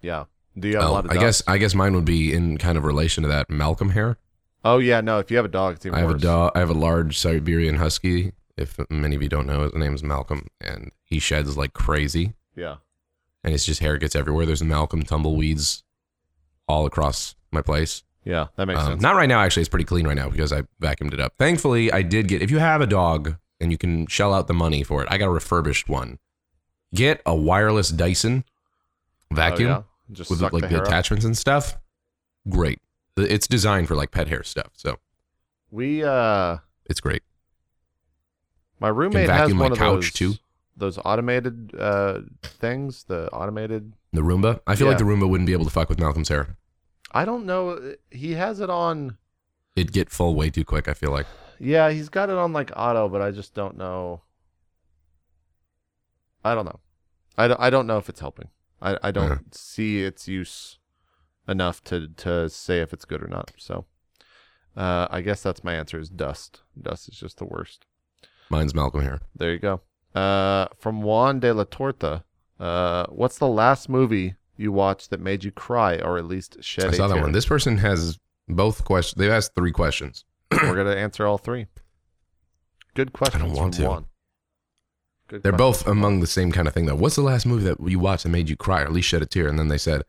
Speaker 2: yeah. Do you have
Speaker 3: Well,
Speaker 2: a lot of?
Speaker 3: Oh, I
Speaker 2: dust?
Speaker 3: guess I guess mine would be in kind of relation to that Malcolm hair.
Speaker 2: Oh yeah, no. If you have a dog, it's even
Speaker 3: I have
Speaker 2: worse.
Speaker 3: a dog. I have a large Siberian Husky. If many of you don't know, his name is Malcolm, and he sheds like crazy.
Speaker 2: Yeah.
Speaker 3: and it's just hair gets everywhere. There's Malcolm tumbleweeds all across my place.
Speaker 2: Yeah, that makes
Speaker 3: Um,
Speaker 2: sense.
Speaker 3: not right now, actually. It's pretty clean right now because I vacuumed it up. Thankfully, I did get. If you have a dog and you can shell out the money for it, I got a refurbished one. Get a wireless Dyson
Speaker 2: Oh,
Speaker 3: vacuum
Speaker 2: yeah. Just
Speaker 3: with
Speaker 2: suck
Speaker 3: like
Speaker 2: the,
Speaker 3: the,
Speaker 2: hair up.
Speaker 3: attachments and stuff. Great. It's designed for like pet hair stuff, so
Speaker 2: We uh.
Speaker 3: it's great.
Speaker 2: My roommate
Speaker 3: vacuum
Speaker 2: has
Speaker 3: my
Speaker 2: one of
Speaker 3: couch,
Speaker 2: those,
Speaker 3: too.
Speaker 2: those automated uh, things. The automated.
Speaker 3: The Roomba. I feel like
Speaker 2: Yeah.
Speaker 3: the Roomba wouldn't be able to fuck with Malcolm's hair.
Speaker 2: I don't know. He has it on.
Speaker 3: It'd get full way too quick. I feel like.
Speaker 2: Yeah, he's got it on like auto, but I just don't know. I don't know. I, don't- I don't know if it's helping. I, I don't
Speaker 3: Uh-huh.
Speaker 2: see its use enough to, to say if it's good or not. So uh, I guess that's my answer is dust. Dust is just the worst.
Speaker 3: Mine's Malcolm hair.
Speaker 2: There you go. Uh, from Juan de la Torta. Uh, what's the last movie you watched that made you cry or at least shed?
Speaker 3: I
Speaker 2: a
Speaker 3: saw that
Speaker 2: tear?
Speaker 3: one. This person has both questions. They've asked three questions.
Speaker 2: We're gonna answer all three. Good question.
Speaker 3: want
Speaker 2: from
Speaker 3: to.
Speaker 2: Juan. Good
Speaker 3: They're
Speaker 2: question.
Speaker 3: both among the same kind of thing, though. What's the last movie that you watched that made you cry or at least shed a tear? And then they said,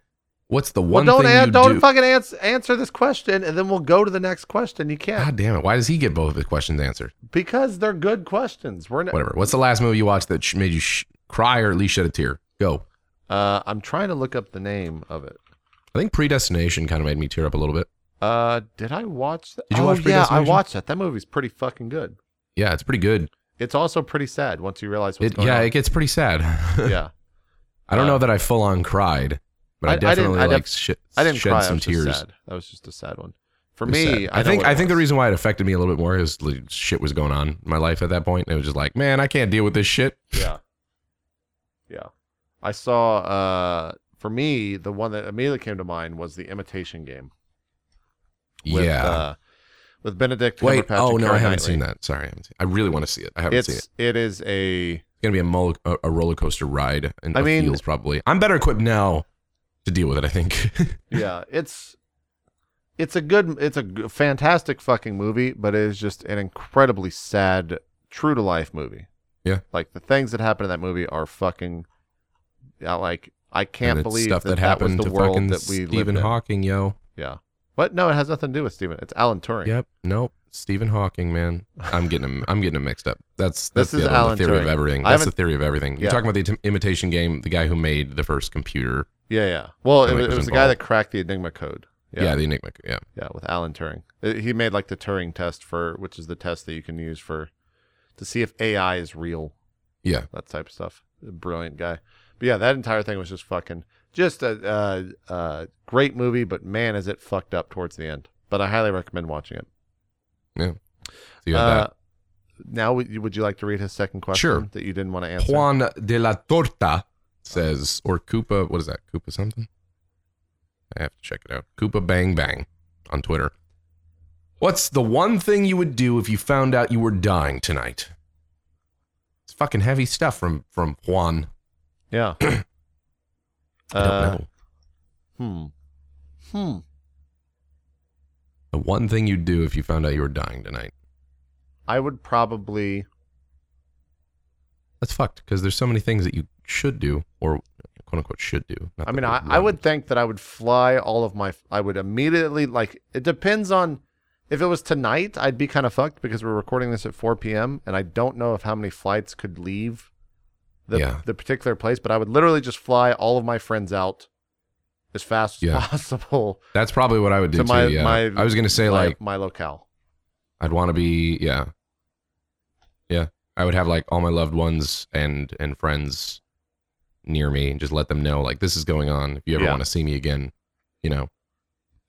Speaker 3: "What's the
Speaker 2: Well,
Speaker 3: one
Speaker 2: don't
Speaker 3: thing
Speaker 2: an-
Speaker 3: you
Speaker 2: don't
Speaker 3: do?"
Speaker 2: fucking ans- answer this question, and then we'll go to the next question. You can't
Speaker 3: God damn it! Why does he get both of his questions answered?
Speaker 2: because they're good questions. We're not,
Speaker 3: Whatever. What's the last movie you watched that sh- made you sh- cry or at least shed a tear? Go.
Speaker 2: uh, I'm trying to look up the name of it.
Speaker 3: I think Predestination kind of made me tear up a little bit.
Speaker 2: Uh, did I watch that?
Speaker 3: Did you
Speaker 2: oh,
Speaker 3: watch
Speaker 2: yeah, I
Speaker 3: Predestination?
Speaker 2: watched that. That movie's pretty fucking good.
Speaker 3: Yeah, it's pretty good.
Speaker 2: It's also pretty sad once you realize what's
Speaker 3: It,
Speaker 2: going
Speaker 3: yeah,
Speaker 2: on.
Speaker 3: it gets pretty sad.
Speaker 2: yeah,
Speaker 3: I don't
Speaker 2: Uh,
Speaker 3: know that I full on cried, but I,
Speaker 2: I- I didn't-
Speaker 3: definitely
Speaker 2: I
Speaker 3: like
Speaker 2: def-
Speaker 3: sh-
Speaker 2: I didn't
Speaker 3: shed
Speaker 2: cry. I
Speaker 3: some
Speaker 2: was just
Speaker 3: tears.
Speaker 2: sad. That was just a sad one. For
Speaker 3: It was
Speaker 2: me,
Speaker 3: sad.
Speaker 2: I, know
Speaker 3: think
Speaker 2: what
Speaker 3: I
Speaker 2: it
Speaker 3: think the
Speaker 2: was.
Speaker 3: reason why it affected me a little bit more is like, shit was going on in my life at that point. And it was just like, man, I can't deal with this shit.
Speaker 2: Yeah. Yeah. I saw uh for me the one that immediately came to mind was the imitation game. With,
Speaker 3: yeah.
Speaker 2: Uh, with Benedict
Speaker 3: Wait.
Speaker 2: Cumberbatch
Speaker 3: Oh
Speaker 2: and
Speaker 3: no, I
Speaker 2: Keira
Speaker 3: haven't
Speaker 2: Knightley.
Speaker 3: seen that. Sorry, I haven't seen. I really want to see it. I haven't seen it.
Speaker 2: It's it is a
Speaker 3: It's gonna be a, mol- a, a roller coaster ride. And
Speaker 2: I
Speaker 3: I
Speaker 2: mean-
Speaker 3: mean, feels probably. I'm better equipped now to deal with it. I think.
Speaker 2: yeah, it's it's a good it's a g- fantastic fucking movie, but it is just an incredibly sad true to life movie.
Speaker 3: Yeah.
Speaker 2: Like the things that happen in that movie are fucking yeah, like I
Speaker 3: And
Speaker 2: can't
Speaker 3: it's
Speaker 2: believe
Speaker 3: stuff that,
Speaker 2: that, was
Speaker 3: happened
Speaker 2: the
Speaker 3: to
Speaker 2: world
Speaker 3: fucking
Speaker 2: that we live
Speaker 3: Stephen
Speaker 2: in.
Speaker 3: Hawking, yo.
Speaker 2: Yeah. What? No, it has nothing to do with Stephen. It's Alan Turing.
Speaker 3: Yep. Nope. Stephen Hawking, man. I'm getting him. I'm getting him mixed up. That's
Speaker 2: This
Speaker 3: that's
Speaker 2: is
Speaker 3: the, other one,
Speaker 2: Alan
Speaker 3: the theory
Speaker 2: Turing.
Speaker 3: of everything.
Speaker 2: I
Speaker 3: That's the
Speaker 2: haven't-
Speaker 3: theory of everything.
Speaker 2: Yeah.
Speaker 3: You're talking about the Im- imitation game, the guy who made the first computer.
Speaker 2: Yeah, yeah. Well, it,
Speaker 3: Like,
Speaker 2: was,
Speaker 3: was
Speaker 2: it was the guy that
Speaker 3: involved.
Speaker 2: cracked the Enigma code.
Speaker 3: Yeah, the Enigma. Yeah.
Speaker 2: yeah, with Alan Turing. Uh, He made like the Turing test for, which is the test that you can use for to see if AI is real.
Speaker 3: Yeah.
Speaker 2: that type of stuff. Brilliant guy. But yeah, that entire thing was just fucking just a, a, a great movie. But man, is it fucked up towards the end. But I highly recommend watching it.
Speaker 3: So you had
Speaker 2: Uh, now, would you, would you like to read his second question
Speaker 3: Sure.
Speaker 2: that you didn't want to
Speaker 3: that.
Speaker 2: answer?
Speaker 3: Juan de la Torta says, or Koopa. What is that? Koopa something. I have to check it out. Koopa Bang Bang on Twitter. What's the one thing you would do if you found out you were dying tonight? It's fucking heavy stuff from from Juan.
Speaker 2: Yeah.
Speaker 3: I don't
Speaker 2: Uh,
Speaker 3: know.
Speaker 2: Hmm. Hmm.
Speaker 3: The one thing you'd do if you found out you were dying tonight.
Speaker 2: I would probably.
Speaker 3: That's fucked because there's so many things that you should do or quote unquote should do. Not
Speaker 2: I
Speaker 3: that
Speaker 2: mean,
Speaker 3: we're
Speaker 2: I, I
Speaker 3: wrong.
Speaker 2: would think that I would fly all of my. I would immediately like. It depends on. If it was tonight, I'd be kind of fucked because we're recording this at 4 p.m. and I don't know if how many flights could leave the
Speaker 3: Yeah.
Speaker 2: the particular place. But I would literally just fly all of my friends out as fast as
Speaker 3: Yeah.
Speaker 2: possible
Speaker 3: That's probably what I would do
Speaker 2: to
Speaker 3: too.
Speaker 2: my-
Speaker 3: yeah.
Speaker 2: my-
Speaker 3: I was gonna say
Speaker 2: my,
Speaker 3: like
Speaker 2: my locale.
Speaker 3: I'd want to be yeah, yeah. I would have like all my loved ones and and friends near me and just let them know like this is going on. If you ever
Speaker 2: Yeah.
Speaker 3: want to see me again, you know,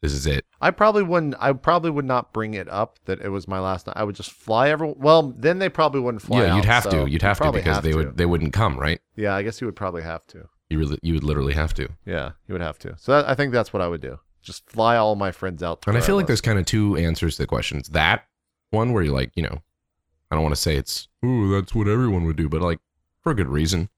Speaker 3: this is it.
Speaker 2: I probably wouldn't. I probably would not bring it up that it was my last night. I would just fly everyone. Well, then they probably wouldn't fly.
Speaker 3: yeah,
Speaker 2: out,
Speaker 3: you'd have
Speaker 2: so
Speaker 3: to. You'd have to
Speaker 2: probably
Speaker 3: because
Speaker 2: have
Speaker 3: they
Speaker 2: to.
Speaker 3: would they wouldn't come right.
Speaker 2: Yeah, I guess you would probably have to.
Speaker 3: You really you would literally have to.
Speaker 2: Yeah, you would have to. So that, I think that's what I would do. Just fly all my friends out. to
Speaker 3: And I
Speaker 2: where
Speaker 3: feel like
Speaker 2: was.
Speaker 3: there's kind of two answers to the questions. That one where you're like, you know, I don't want to say it's, ooh, that's what everyone would do, but like for a good reason.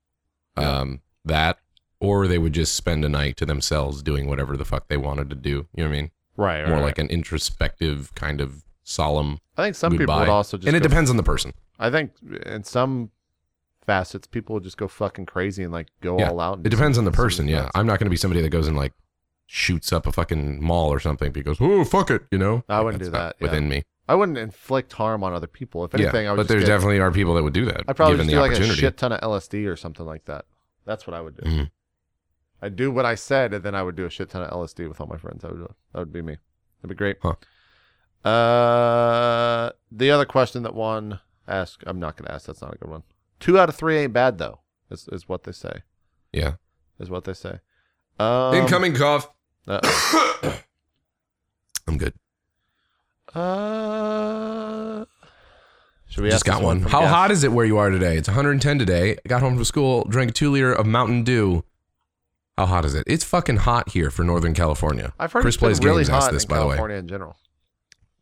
Speaker 2: Yeah.
Speaker 3: Um, that, or they would just spend a night to themselves doing whatever the fuck they wanted to do. You know what I mean?
Speaker 2: right, right,
Speaker 3: More
Speaker 2: right.
Speaker 3: like an introspective kind of solemn.
Speaker 2: I think some people would
Speaker 3: goodbye.
Speaker 2: also just.
Speaker 3: and it
Speaker 2: go-
Speaker 3: depends on the person.
Speaker 2: I think in some facets, people would just go fucking crazy and like go
Speaker 3: Yeah,
Speaker 2: all out. And
Speaker 3: It
Speaker 2: do
Speaker 3: depends on the
Speaker 2: some
Speaker 3: person. Yeah.
Speaker 2: nonsense.
Speaker 3: I'm not going to be somebody that goes and like shoots up a fucking mall or something because, oh, fuck it, you know?
Speaker 2: I wouldn't
Speaker 3: That's
Speaker 2: do
Speaker 3: not
Speaker 2: that, yeah.
Speaker 3: Within me.
Speaker 2: I wouldn't inflict harm on other people. If anything,
Speaker 3: yeah.
Speaker 2: I would.
Speaker 3: but
Speaker 2: just
Speaker 3: there
Speaker 2: get-
Speaker 3: definitely are people that would do that.
Speaker 2: I probably
Speaker 3: given
Speaker 2: just
Speaker 3: the
Speaker 2: do like a
Speaker 3: opportunity.
Speaker 2: shit ton of LSD or something like that. That's what I would do.
Speaker 3: Mhm.
Speaker 2: I'd do what I said, and then I would do a shit ton of LSD with all my friends. I would. That would be me. That'd be great.
Speaker 3: Huh.
Speaker 2: Uh, the other question that one asked, I'm not gonna ask. That's not a good one. Two out of three ain't bad though. Is is what they say.
Speaker 3: Yeah.
Speaker 2: Is what they say. Um, uh,
Speaker 3: Incoming cough.
Speaker 2: uh-oh.
Speaker 3: I'm good.
Speaker 2: Uh, should we
Speaker 3: Just
Speaker 2: ask this
Speaker 3: got one.
Speaker 2: from
Speaker 3: How
Speaker 2: guest?
Speaker 3: hot is it where you are today? It's 110 today. I got home from school, drank a two liter of Mountain Dew. How hot is it? It's fucking hot here for Northern California.
Speaker 2: I've heard
Speaker 3: Chris
Speaker 2: it's been
Speaker 3: plays
Speaker 2: really
Speaker 3: games.
Speaker 2: hot
Speaker 3: asked this,
Speaker 2: in
Speaker 3: by the way.
Speaker 2: California in general.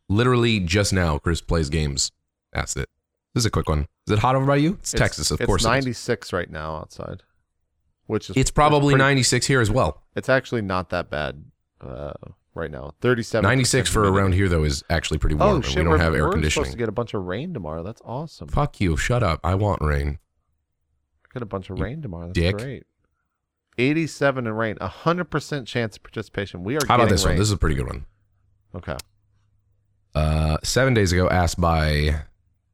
Speaker 3: Literally just now, Chris plays games. Asked it. This is a quick one. Is it hot over by you? It's,
Speaker 2: It's-
Speaker 3: Texas, of
Speaker 2: it's
Speaker 3: course. it is.
Speaker 2: 96 right now outside, which is
Speaker 3: It's probably
Speaker 2: pretty-
Speaker 3: 96 here as well.
Speaker 2: It's actually not that bad uh, right now. 37.
Speaker 3: 96 for around here though is actually pretty warm.
Speaker 2: Oh
Speaker 3: and
Speaker 2: shit!
Speaker 3: we
Speaker 2: we're,
Speaker 3: don't have air
Speaker 2: we're supposed to
Speaker 3: conditioning.
Speaker 2: get a bunch of rain tomorrow. That's awesome.
Speaker 3: Fuck you. Shut up. I want rain.
Speaker 2: Get a bunch of
Speaker 3: You
Speaker 2: rain tomorrow. That's
Speaker 3: dick.
Speaker 2: great. 87 and rain. hundred percent chance of participation. We are.
Speaker 3: How about
Speaker 2: getting
Speaker 3: this one?
Speaker 2: rain.
Speaker 3: This is a pretty good one.
Speaker 2: okay.
Speaker 3: uh, seven days ago asked by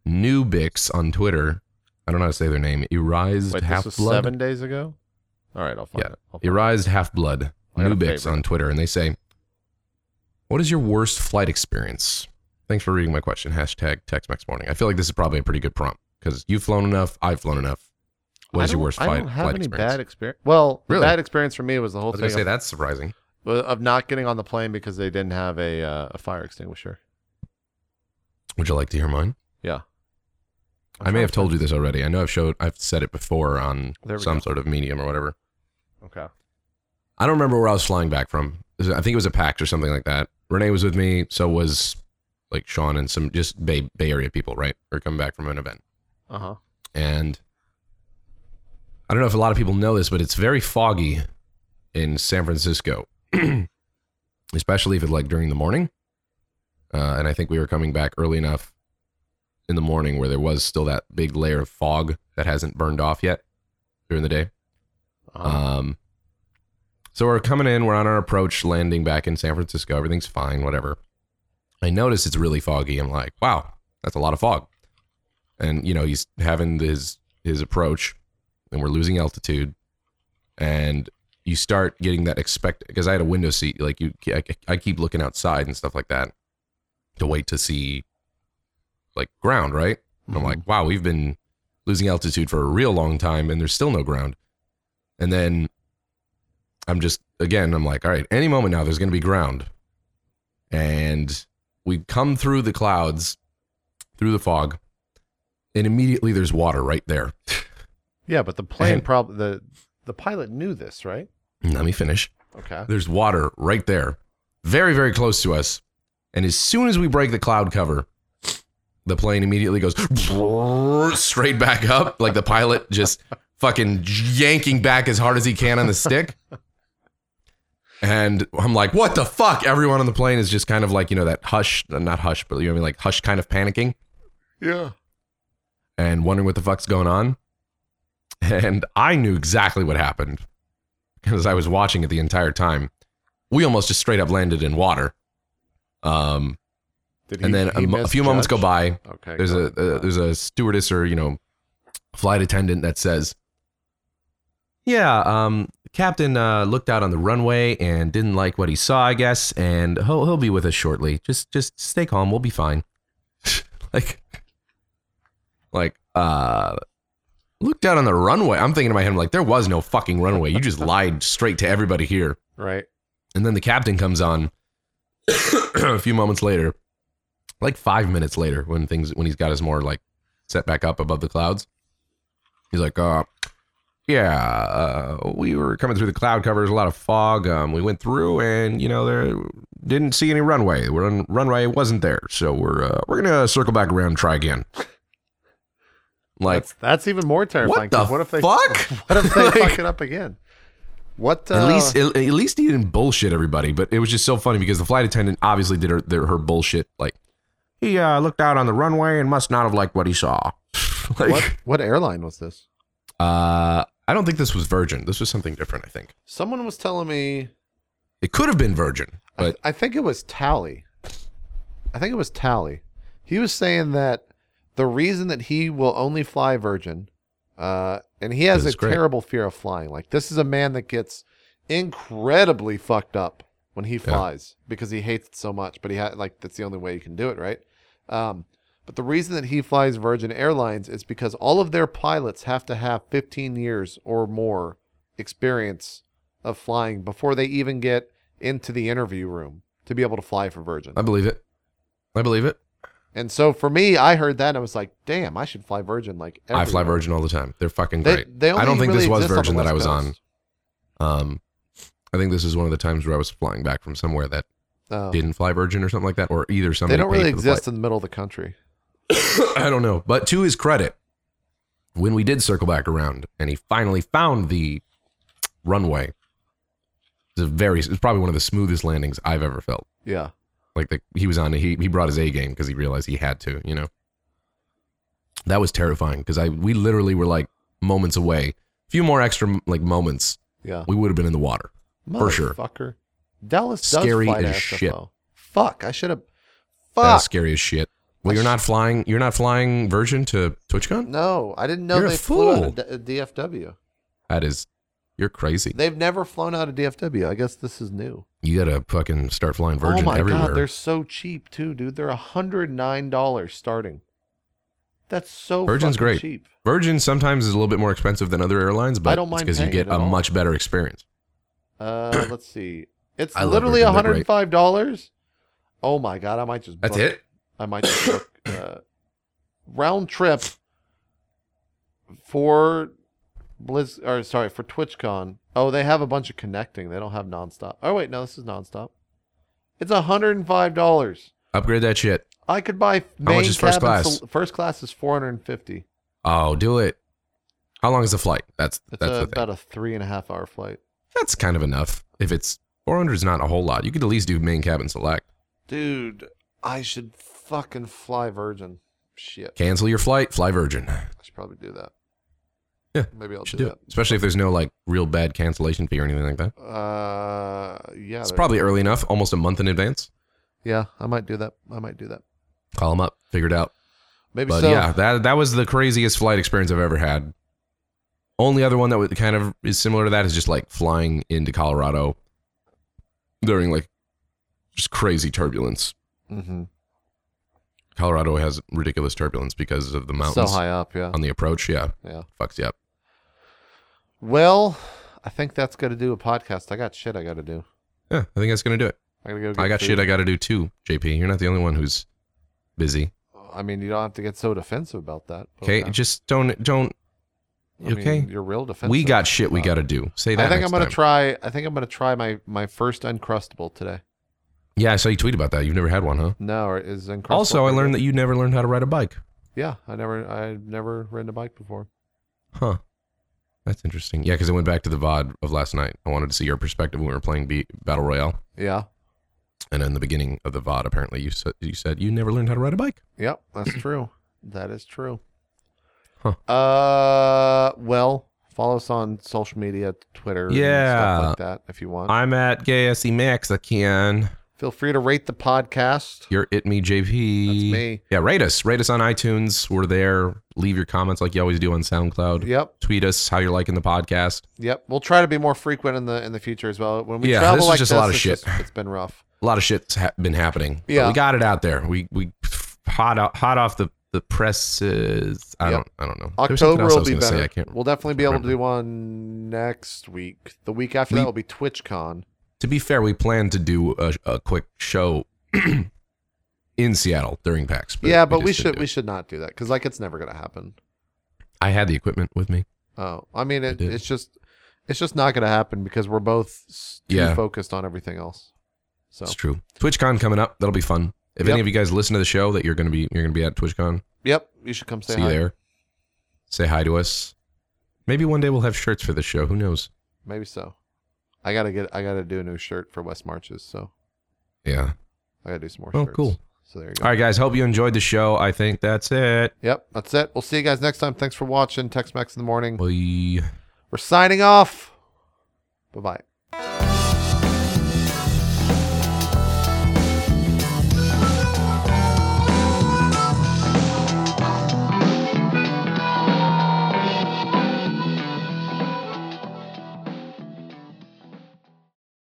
Speaker 3: Newbix on Twitter. I don't know how to say their name. Erised
Speaker 2: Wait, this
Speaker 3: half
Speaker 2: was
Speaker 3: blood.
Speaker 2: seven days ago. All right, I'll find
Speaker 3: Yeah.
Speaker 2: it. I'll find it.
Speaker 3: Erised half blood
Speaker 2: I got a
Speaker 3: Nubix
Speaker 2: favorite.
Speaker 3: on Twitter, and they say, "What is your worst flight experience?" Thanks for reading my question. Hashtag Tex-Mex morning. I feel like this is probably a pretty good prompt because you've flown enough, I've flown enough. What
Speaker 2: I
Speaker 3: is your
Speaker 2: don't-
Speaker 3: worst
Speaker 2: I
Speaker 3: flight,
Speaker 2: don't have
Speaker 3: flight
Speaker 2: any
Speaker 3: experience?
Speaker 2: bad experience. Well, the
Speaker 3: Really?
Speaker 2: bad experience for me was the
Speaker 3: I
Speaker 2: whole
Speaker 3: was gonna
Speaker 2: thing
Speaker 3: say
Speaker 2: of,
Speaker 3: that's surprising.
Speaker 2: of not getting on the plane because they didn't have a uh, a fire extinguisher.
Speaker 3: Would you like to hear mine?
Speaker 2: Yeah.
Speaker 3: i may have told you this already. I know I've showed, I've said it before on
Speaker 2: There we
Speaker 3: some
Speaker 2: go.
Speaker 3: sort of medium or whatever.
Speaker 2: Okay.
Speaker 3: I don't remember where I was flying back from. It was- I think it was a PAX or something like that. Renee was with me, so was like Sean and some just Bay Bay Area people, right? Or coming back from an event.
Speaker 2: Uh huh.
Speaker 3: and I don't know if a lot of people know this, but it's very foggy in San Francisco, especially if it's like during the morning. Uh, and I think we were coming back early enough in the morning where there was still that big layer of fog that hasn't burned off yet during the day.
Speaker 2: Uh,
Speaker 3: Um, so we're coming in, we're on our approach, landing back in San Francisco. Everything's fine, whatever. I notice it's really foggy. I'm like, wow, that's a lot of fog. And you know, he's having his his approach, and we're losing altitude, and you start getting that expect because I had a window seat. Like you, I, I keep looking outside and stuff like that to wait to see like ground, right? And
Speaker 2: Mm-hmm.
Speaker 3: I'm like, wow, we've been losing altitude for a real long time and there's still no ground. And then I'm just, again, I'm like, all right, any moment now, there's going to be ground. And we come through the clouds, through the fog, and immediately there's water right there.
Speaker 2: yeah, but the plane
Speaker 3: and-
Speaker 2: probably the the pilot knew this, right?
Speaker 3: Let me finish.
Speaker 2: Okay.
Speaker 3: There's water right there, very, very close to us. And as soon as we break the cloud cover, the plane immediately goes straight back up, like the pilot just fucking yanking back as hard as he can on the stick. And I'm like, what the fuck? Everyone on the plane is just kind of like, you know, that hush, not hush, but you know what I mean? Like hush kind of panicking
Speaker 2: Yeah.
Speaker 3: and wondering what the fuck's going on. And I knew exactly what happened because I was watching it the entire time. We almost just straight up landed in water. Um,
Speaker 2: Did
Speaker 3: and then a, mo- a few moments go
Speaker 2: misjudge?
Speaker 3: by.
Speaker 2: Okay.
Speaker 3: There's
Speaker 2: go
Speaker 3: a,
Speaker 2: ahead.
Speaker 3: a there's a stewardess or you know, flight attendant that says, "Yeah, um, captain uh, looked out on the runway and didn't like what he saw, I guess, and he'll he'll be with us shortly. Just just stay calm. We'll be fine." like, like uh. Looked out on the runway. I'm thinking in my head, I'm like, there was no fucking runway. You just lied straight to everybody here.
Speaker 2: right.
Speaker 3: And then the captain comes on a few moments later, like five minutes later, when things when he's got his more like set back up above the clouds. He's like, uh, yeah, uh, we were coming through the cloud cover. There's a lot of fog. Um, we went through, and you know, there didn't see any runway. The run, runway wasn't there, so we're uh, we're gonna circle back around and try again. Like,
Speaker 2: that's, that's even more terrifying. 'cause
Speaker 3: the
Speaker 2: what if they
Speaker 3: fuck?
Speaker 2: What if they
Speaker 3: Like-
Speaker 2: fuck it up again? What? Uh,
Speaker 3: At least, at, at least he didn't bullshit everybody. But it was just so funny because the flight attendant obviously did her, their, her bullshit. Like he uh, looked out on the runway and must not have liked what he saw. like,
Speaker 2: what? What airline was this?
Speaker 3: Uh, I don't think this was Virgin. This was something different. I think
Speaker 2: Someone was telling me.
Speaker 3: it could have been Virgin,
Speaker 2: I th-
Speaker 3: but
Speaker 2: I think it was Tally. I think it was Tally. He was saying that the reason that he will only fly Virgin, uh, and he has
Speaker 3: This
Speaker 2: a
Speaker 3: is great.
Speaker 2: terrible fear of flying. Like this is a man that gets incredibly fucked up when he flies because he hates it so much. But he had like that's the only way you can do it, right? Um, but the reason that he flies Virgin Airlines is because all of their pilots have to have 15 years or more experience of flying before they even get into the interview room to be able to fly for Virgin.
Speaker 3: I believe it. I believe it.
Speaker 2: And so for me, I heard that and I was like, damn, I should fly Virgin like
Speaker 3: I fly
Speaker 2: everywhere.
Speaker 3: Virgin all the time. They're fucking
Speaker 2: They,
Speaker 3: great.
Speaker 2: they only
Speaker 3: I don't think
Speaker 2: really
Speaker 3: this was
Speaker 2: exist on the
Speaker 3: Virgin that
Speaker 2: West
Speaker 3: I was
Speaker 2: Coast.
Speaker 3: on. Um, I think this is one of the times where I was flying back from somewhere that
Speaker 2: Oh.
Speaker 3: didn't fly Virgin or something like that, or either
Speaker 2: they
Speaker 3: somebody.
Speaker 2: don't
Speaker 3: paid
Speaker 2: really
Speaker 3: for the flight.
Speaker 2: exist in the middle of the country.
Speaker 3: I don't know. But to his credit, when we did circle back around and he finally found the runway, it's a very it's probably one of the smoothest landings I've ever felt.
Speaker 2: Yeah.
Speaker 3: Like the, he was on he he brought his A game because he realized he had to, you know. That was terrifying because I we literally were like moments away. A few more extra like moments,
Speaker 2: Yeah.
Speaker 3: we would have been in the water. For sure.
Speaker 2: Fucker. Dallas
Speaker 3: Scary
Speaker 2: does fly to
Speaker 3: as
Speaker 2: SFO.
Speaker 3: shit.
Speaker 2: Fuck. I should have.
Speaker 3: That was
Speaker 2: Fuck.
Speaker 3: scary as shit. Well,
Speaker 2: I
Speaker 3: you're
Speaker 2: sh-
Speaker 3: not flying. You're not flying Virgin to TwitchCon.
Speaker 2: No, I didn't know
Speaker 3: You're a
Speaker 2: they flew
Speaker 3: fool.
Speaker 2: out of D- DFW.
Speaker 3: That is You're crazy.
Speaker 2: They've never flown out of DFW. I guess this is new.
Speaker 3: You gotta fucking start flying Virgin
Speaker 2: oh my
Speaker 3: everywhere.
Speaker 2: god, they're so cheap too, dude. They're hundred nine dollars starting. That's so
Speaker 3: Virgin's
Speaker 2: fucking
Speaker 3: great.
Speaker 2: cheap.
Speaker 3: Virgin sometimes is a little bit more expensive than other airlines, but
Speaker 2: don't mind
Speaker 3: because you
Speaker 2: paying
Speaker 3: get
Speaker 2: it at
Speaker 3: a
Speaker 2: all.
Speaker 3: much better experience.
Speaker 2: Uh, let's see. It's
Speaker 3: I love
Speaker 2: literally
Speaker 3: Virgin, they're
Speaker 2: hundred
Speaker 3: great.
Speaker 2: and five dollars. Oh my god, I might just
Speaker 3: That's
Speaker 2: book-
Speaker 3: it.
Speaker 2: I might just book uh, round trip for Blizz or sorry for TwitchCon. Oh, they have a bunch of connecting. They don't have nonstop. Oh wait, no, this is nonstop. It's hundred and five dollars.
Speaker 3: Upgrade that shit.
Speaker 2: I could buy
Speaker 3: much
Speaker 2: main
Speaker 3: is first
Speaker 2: cabin
Speaker 3: class?
Speaker 2: sal- first class is four hundred and fifty.
Speaker 3: Oh, do it. How long is the flight? That's
Speaker 2: It's
Speaker 3: that's
Speaker 2: a,
Speaker 3: the thing.
Speaker 2: about a three and a half hour flight.
Speaker 3: That's kind of enough. If it's 400 is not a whole lot. You could at least do main cabin select.
Speaker 2: Dude, I should fucking fly Virgin. Shit,
Speaker 3: Cancel your flight, fly Virgin.
Speaker 2: I should probably do that.
Speaker 3: Yeah,
Speaker 2: maybe I'll
Speaker 3: Should
Speaker 2: do
Speaker 3: do
Speaker 2: that.
Speaker 3: it. Especially if there's no like real bad cancellation fee or anything like that.
Speaker 2: Uh, yeah,
Speaker 3: It's
Speaker 2: there-
Speaker 3: probably early enough, almost a month in advance.
Speaker 2: yeah. I might do that. I might do that.
Speaker 3: Call them up, figure it out.
Speaker 2: Maybe
Speaker 3: But
Speaker 2: so.
Speaker 3: yeah, that that was the craziest flight experience I've ever had. Only other one that would kind of is similar to that is just like flying into Colorado during like just crazy turbulence.
Speaker 2: Mhm.
Speaker 3: Colorado has ridiculous turbulence because of the
Speaker 2: So
Speaker 3: mountains
Speaker 2: high up, yeah.
Speaker 3: on the approach. Yeah,
Speaker 2: Yeah.
Speaker 3: fucks you up.
Speaker 2: Well, I think that's gonna do a podcast. I got shit I gotta do.
Speaker 3: Yeah, I think that's gonna do it.
Speaker 2: I gotta go. Get
Speaker 3: I got
Speaker 2: food.
Speaker 3: shit I got to do too, JP. You're not the only one who's busy.
Speaker 2: I mean, you don't have to get so defensive about that. but
Speaker 3: Okay,
Speaker 2: yeah.
Speaker 3: just don't don't.
Speaker 2: I mean,
Speaker 3: okay.
Speaker 2: you're real defensive.
Speaker 3: we got shit we
Speaker 2: Uh,
Speaker 3: got to do. Say that.
Speaker 2: I think
Speaker 3: next
Speaker 2: I'm gonna
Speaker 3: time.
Speaker 2: try. I think I'm gonna try my my first uncrustable today.
Speaker 3: Yeah, I saw you tweet about that. You've never had one, huh?
Speaker 2: No, or is uncrustable.
Speaker 3: Also, I learned that you never learned how to ride a bike.
Speaker 2: Yeah, I never I never ridden a bike before.
Speaker 3: Huh. That's interesting. Yeah, because I went back to the VOD of last night. I wanted to see your perspective when we were playing B- Battle Royale.
Speaker 2: Yeah. And
Speaker 3: And in the beginning of the VOD, apparently, you said you said you never learned how to ride a bike.
Speaker 2: Yep, that's true. That is true.
Speaker 3: Huh.
Speaker 2: Uh, well, follow us on social media, Twitter, and
Speaker 3: Yeah.
Speaker 2: stuff like that if you want.
Speaker 3: I'm at GaySE E Max. I can.
Speaker 2: Feel free to rate the podcast.
Speaker 3: You're it me, JP.
Speaker 2: That's me.
Speaker 3: Yeah, rate us. Rate us on iTunes. We're there. Leave your comments like you always do on SoundCloud.
Speaker 2: Yep,
Speaker 3: Tweet us how you're liking the podcast.
Speaker 2: yep. We'll try to be more frequent in the in the future as well. When we
Speaker 3: Yeah,
Speaker 2: travel
Speaker 3: this is
Speaker 2: like
Speaker 3: just a
Speaker 2: this,
Speaker 3: lot of
Speaker 2: it's
Speaker 3: shit.
Speaker 2: just- it's been rough.
Speaker 3: a lot of shit's ha- been happening. But
Speaker 2: Yeah.
Speaker 3: we got it out there. We we hot out, hot off the the presses. I
Speaker 2: Yep.
Speaker 3: don't I don't know. There was something
Speaker 2: October
Speaker 3: else I
Speaker 2: will
Speaker 3: was
Speaker 2: be
Speaker 3: gonna say.
Speaker 2: better.
Speaker 3: I can't.
Speaker 2: we'll definitely be able to
Speaker 3: remember.
Speaker 2: do one next week. The week after
Speaker 3: We-
Speaker 2: that will be TwitchCon.
Speaker 3: To be fair, we planned to do a, a quick show in Seattle during PAX.
Speaker 2: yeah, but we,
Speaker 3: just didn't
Speaker 2: should
Speaker 3: do
Speaker 2: we
Speaker 3: it.
Speaker 2: should not do that because like it's never gonna happen.
Speaker 3: I had the equipment with me.
Speaker 2: Oh, I mean, it,
Speaker 3: did.
Speaker 2: it's just it's just not going to happen because we're both s- too
Speaker 3: Yeah.
Speaker 2: focused on everything else. So
Speaker 3: It's true. TwitchCon coming up. That'll be fun. If
Speaker 2: Yep.
Speaker 3: any of you guys listen to the show, that you're gonna be you're gonna be at TwitchCon.
Speaker 2: yep, you should come say
Speaker 3: see
Speaker 2: hi.
Speaker 3: you there. Say hi to us. Maybe one day we'll have shirts for this show. Who knows?
Speaker 2: Maybe so. I gotta get I gotta do a new shirt for West Marches, so
Speaker 3: Yeah.
Speaker 2: I gotta do some more.
Speaker 3: Oh,
Speaker 2: shirts.
Speaker 3: cool.
Speaker 2: So there you go.
Speaker 3: All right, guys. Hope you enjoyed the show. I think that's it.
Speaker 2: Yep, that's it. We'll see you guys next time. Thanks for watching. Text Max in the morning.
Speaker 3: Bye.
Speaker 2: We're signing off. Bye bye.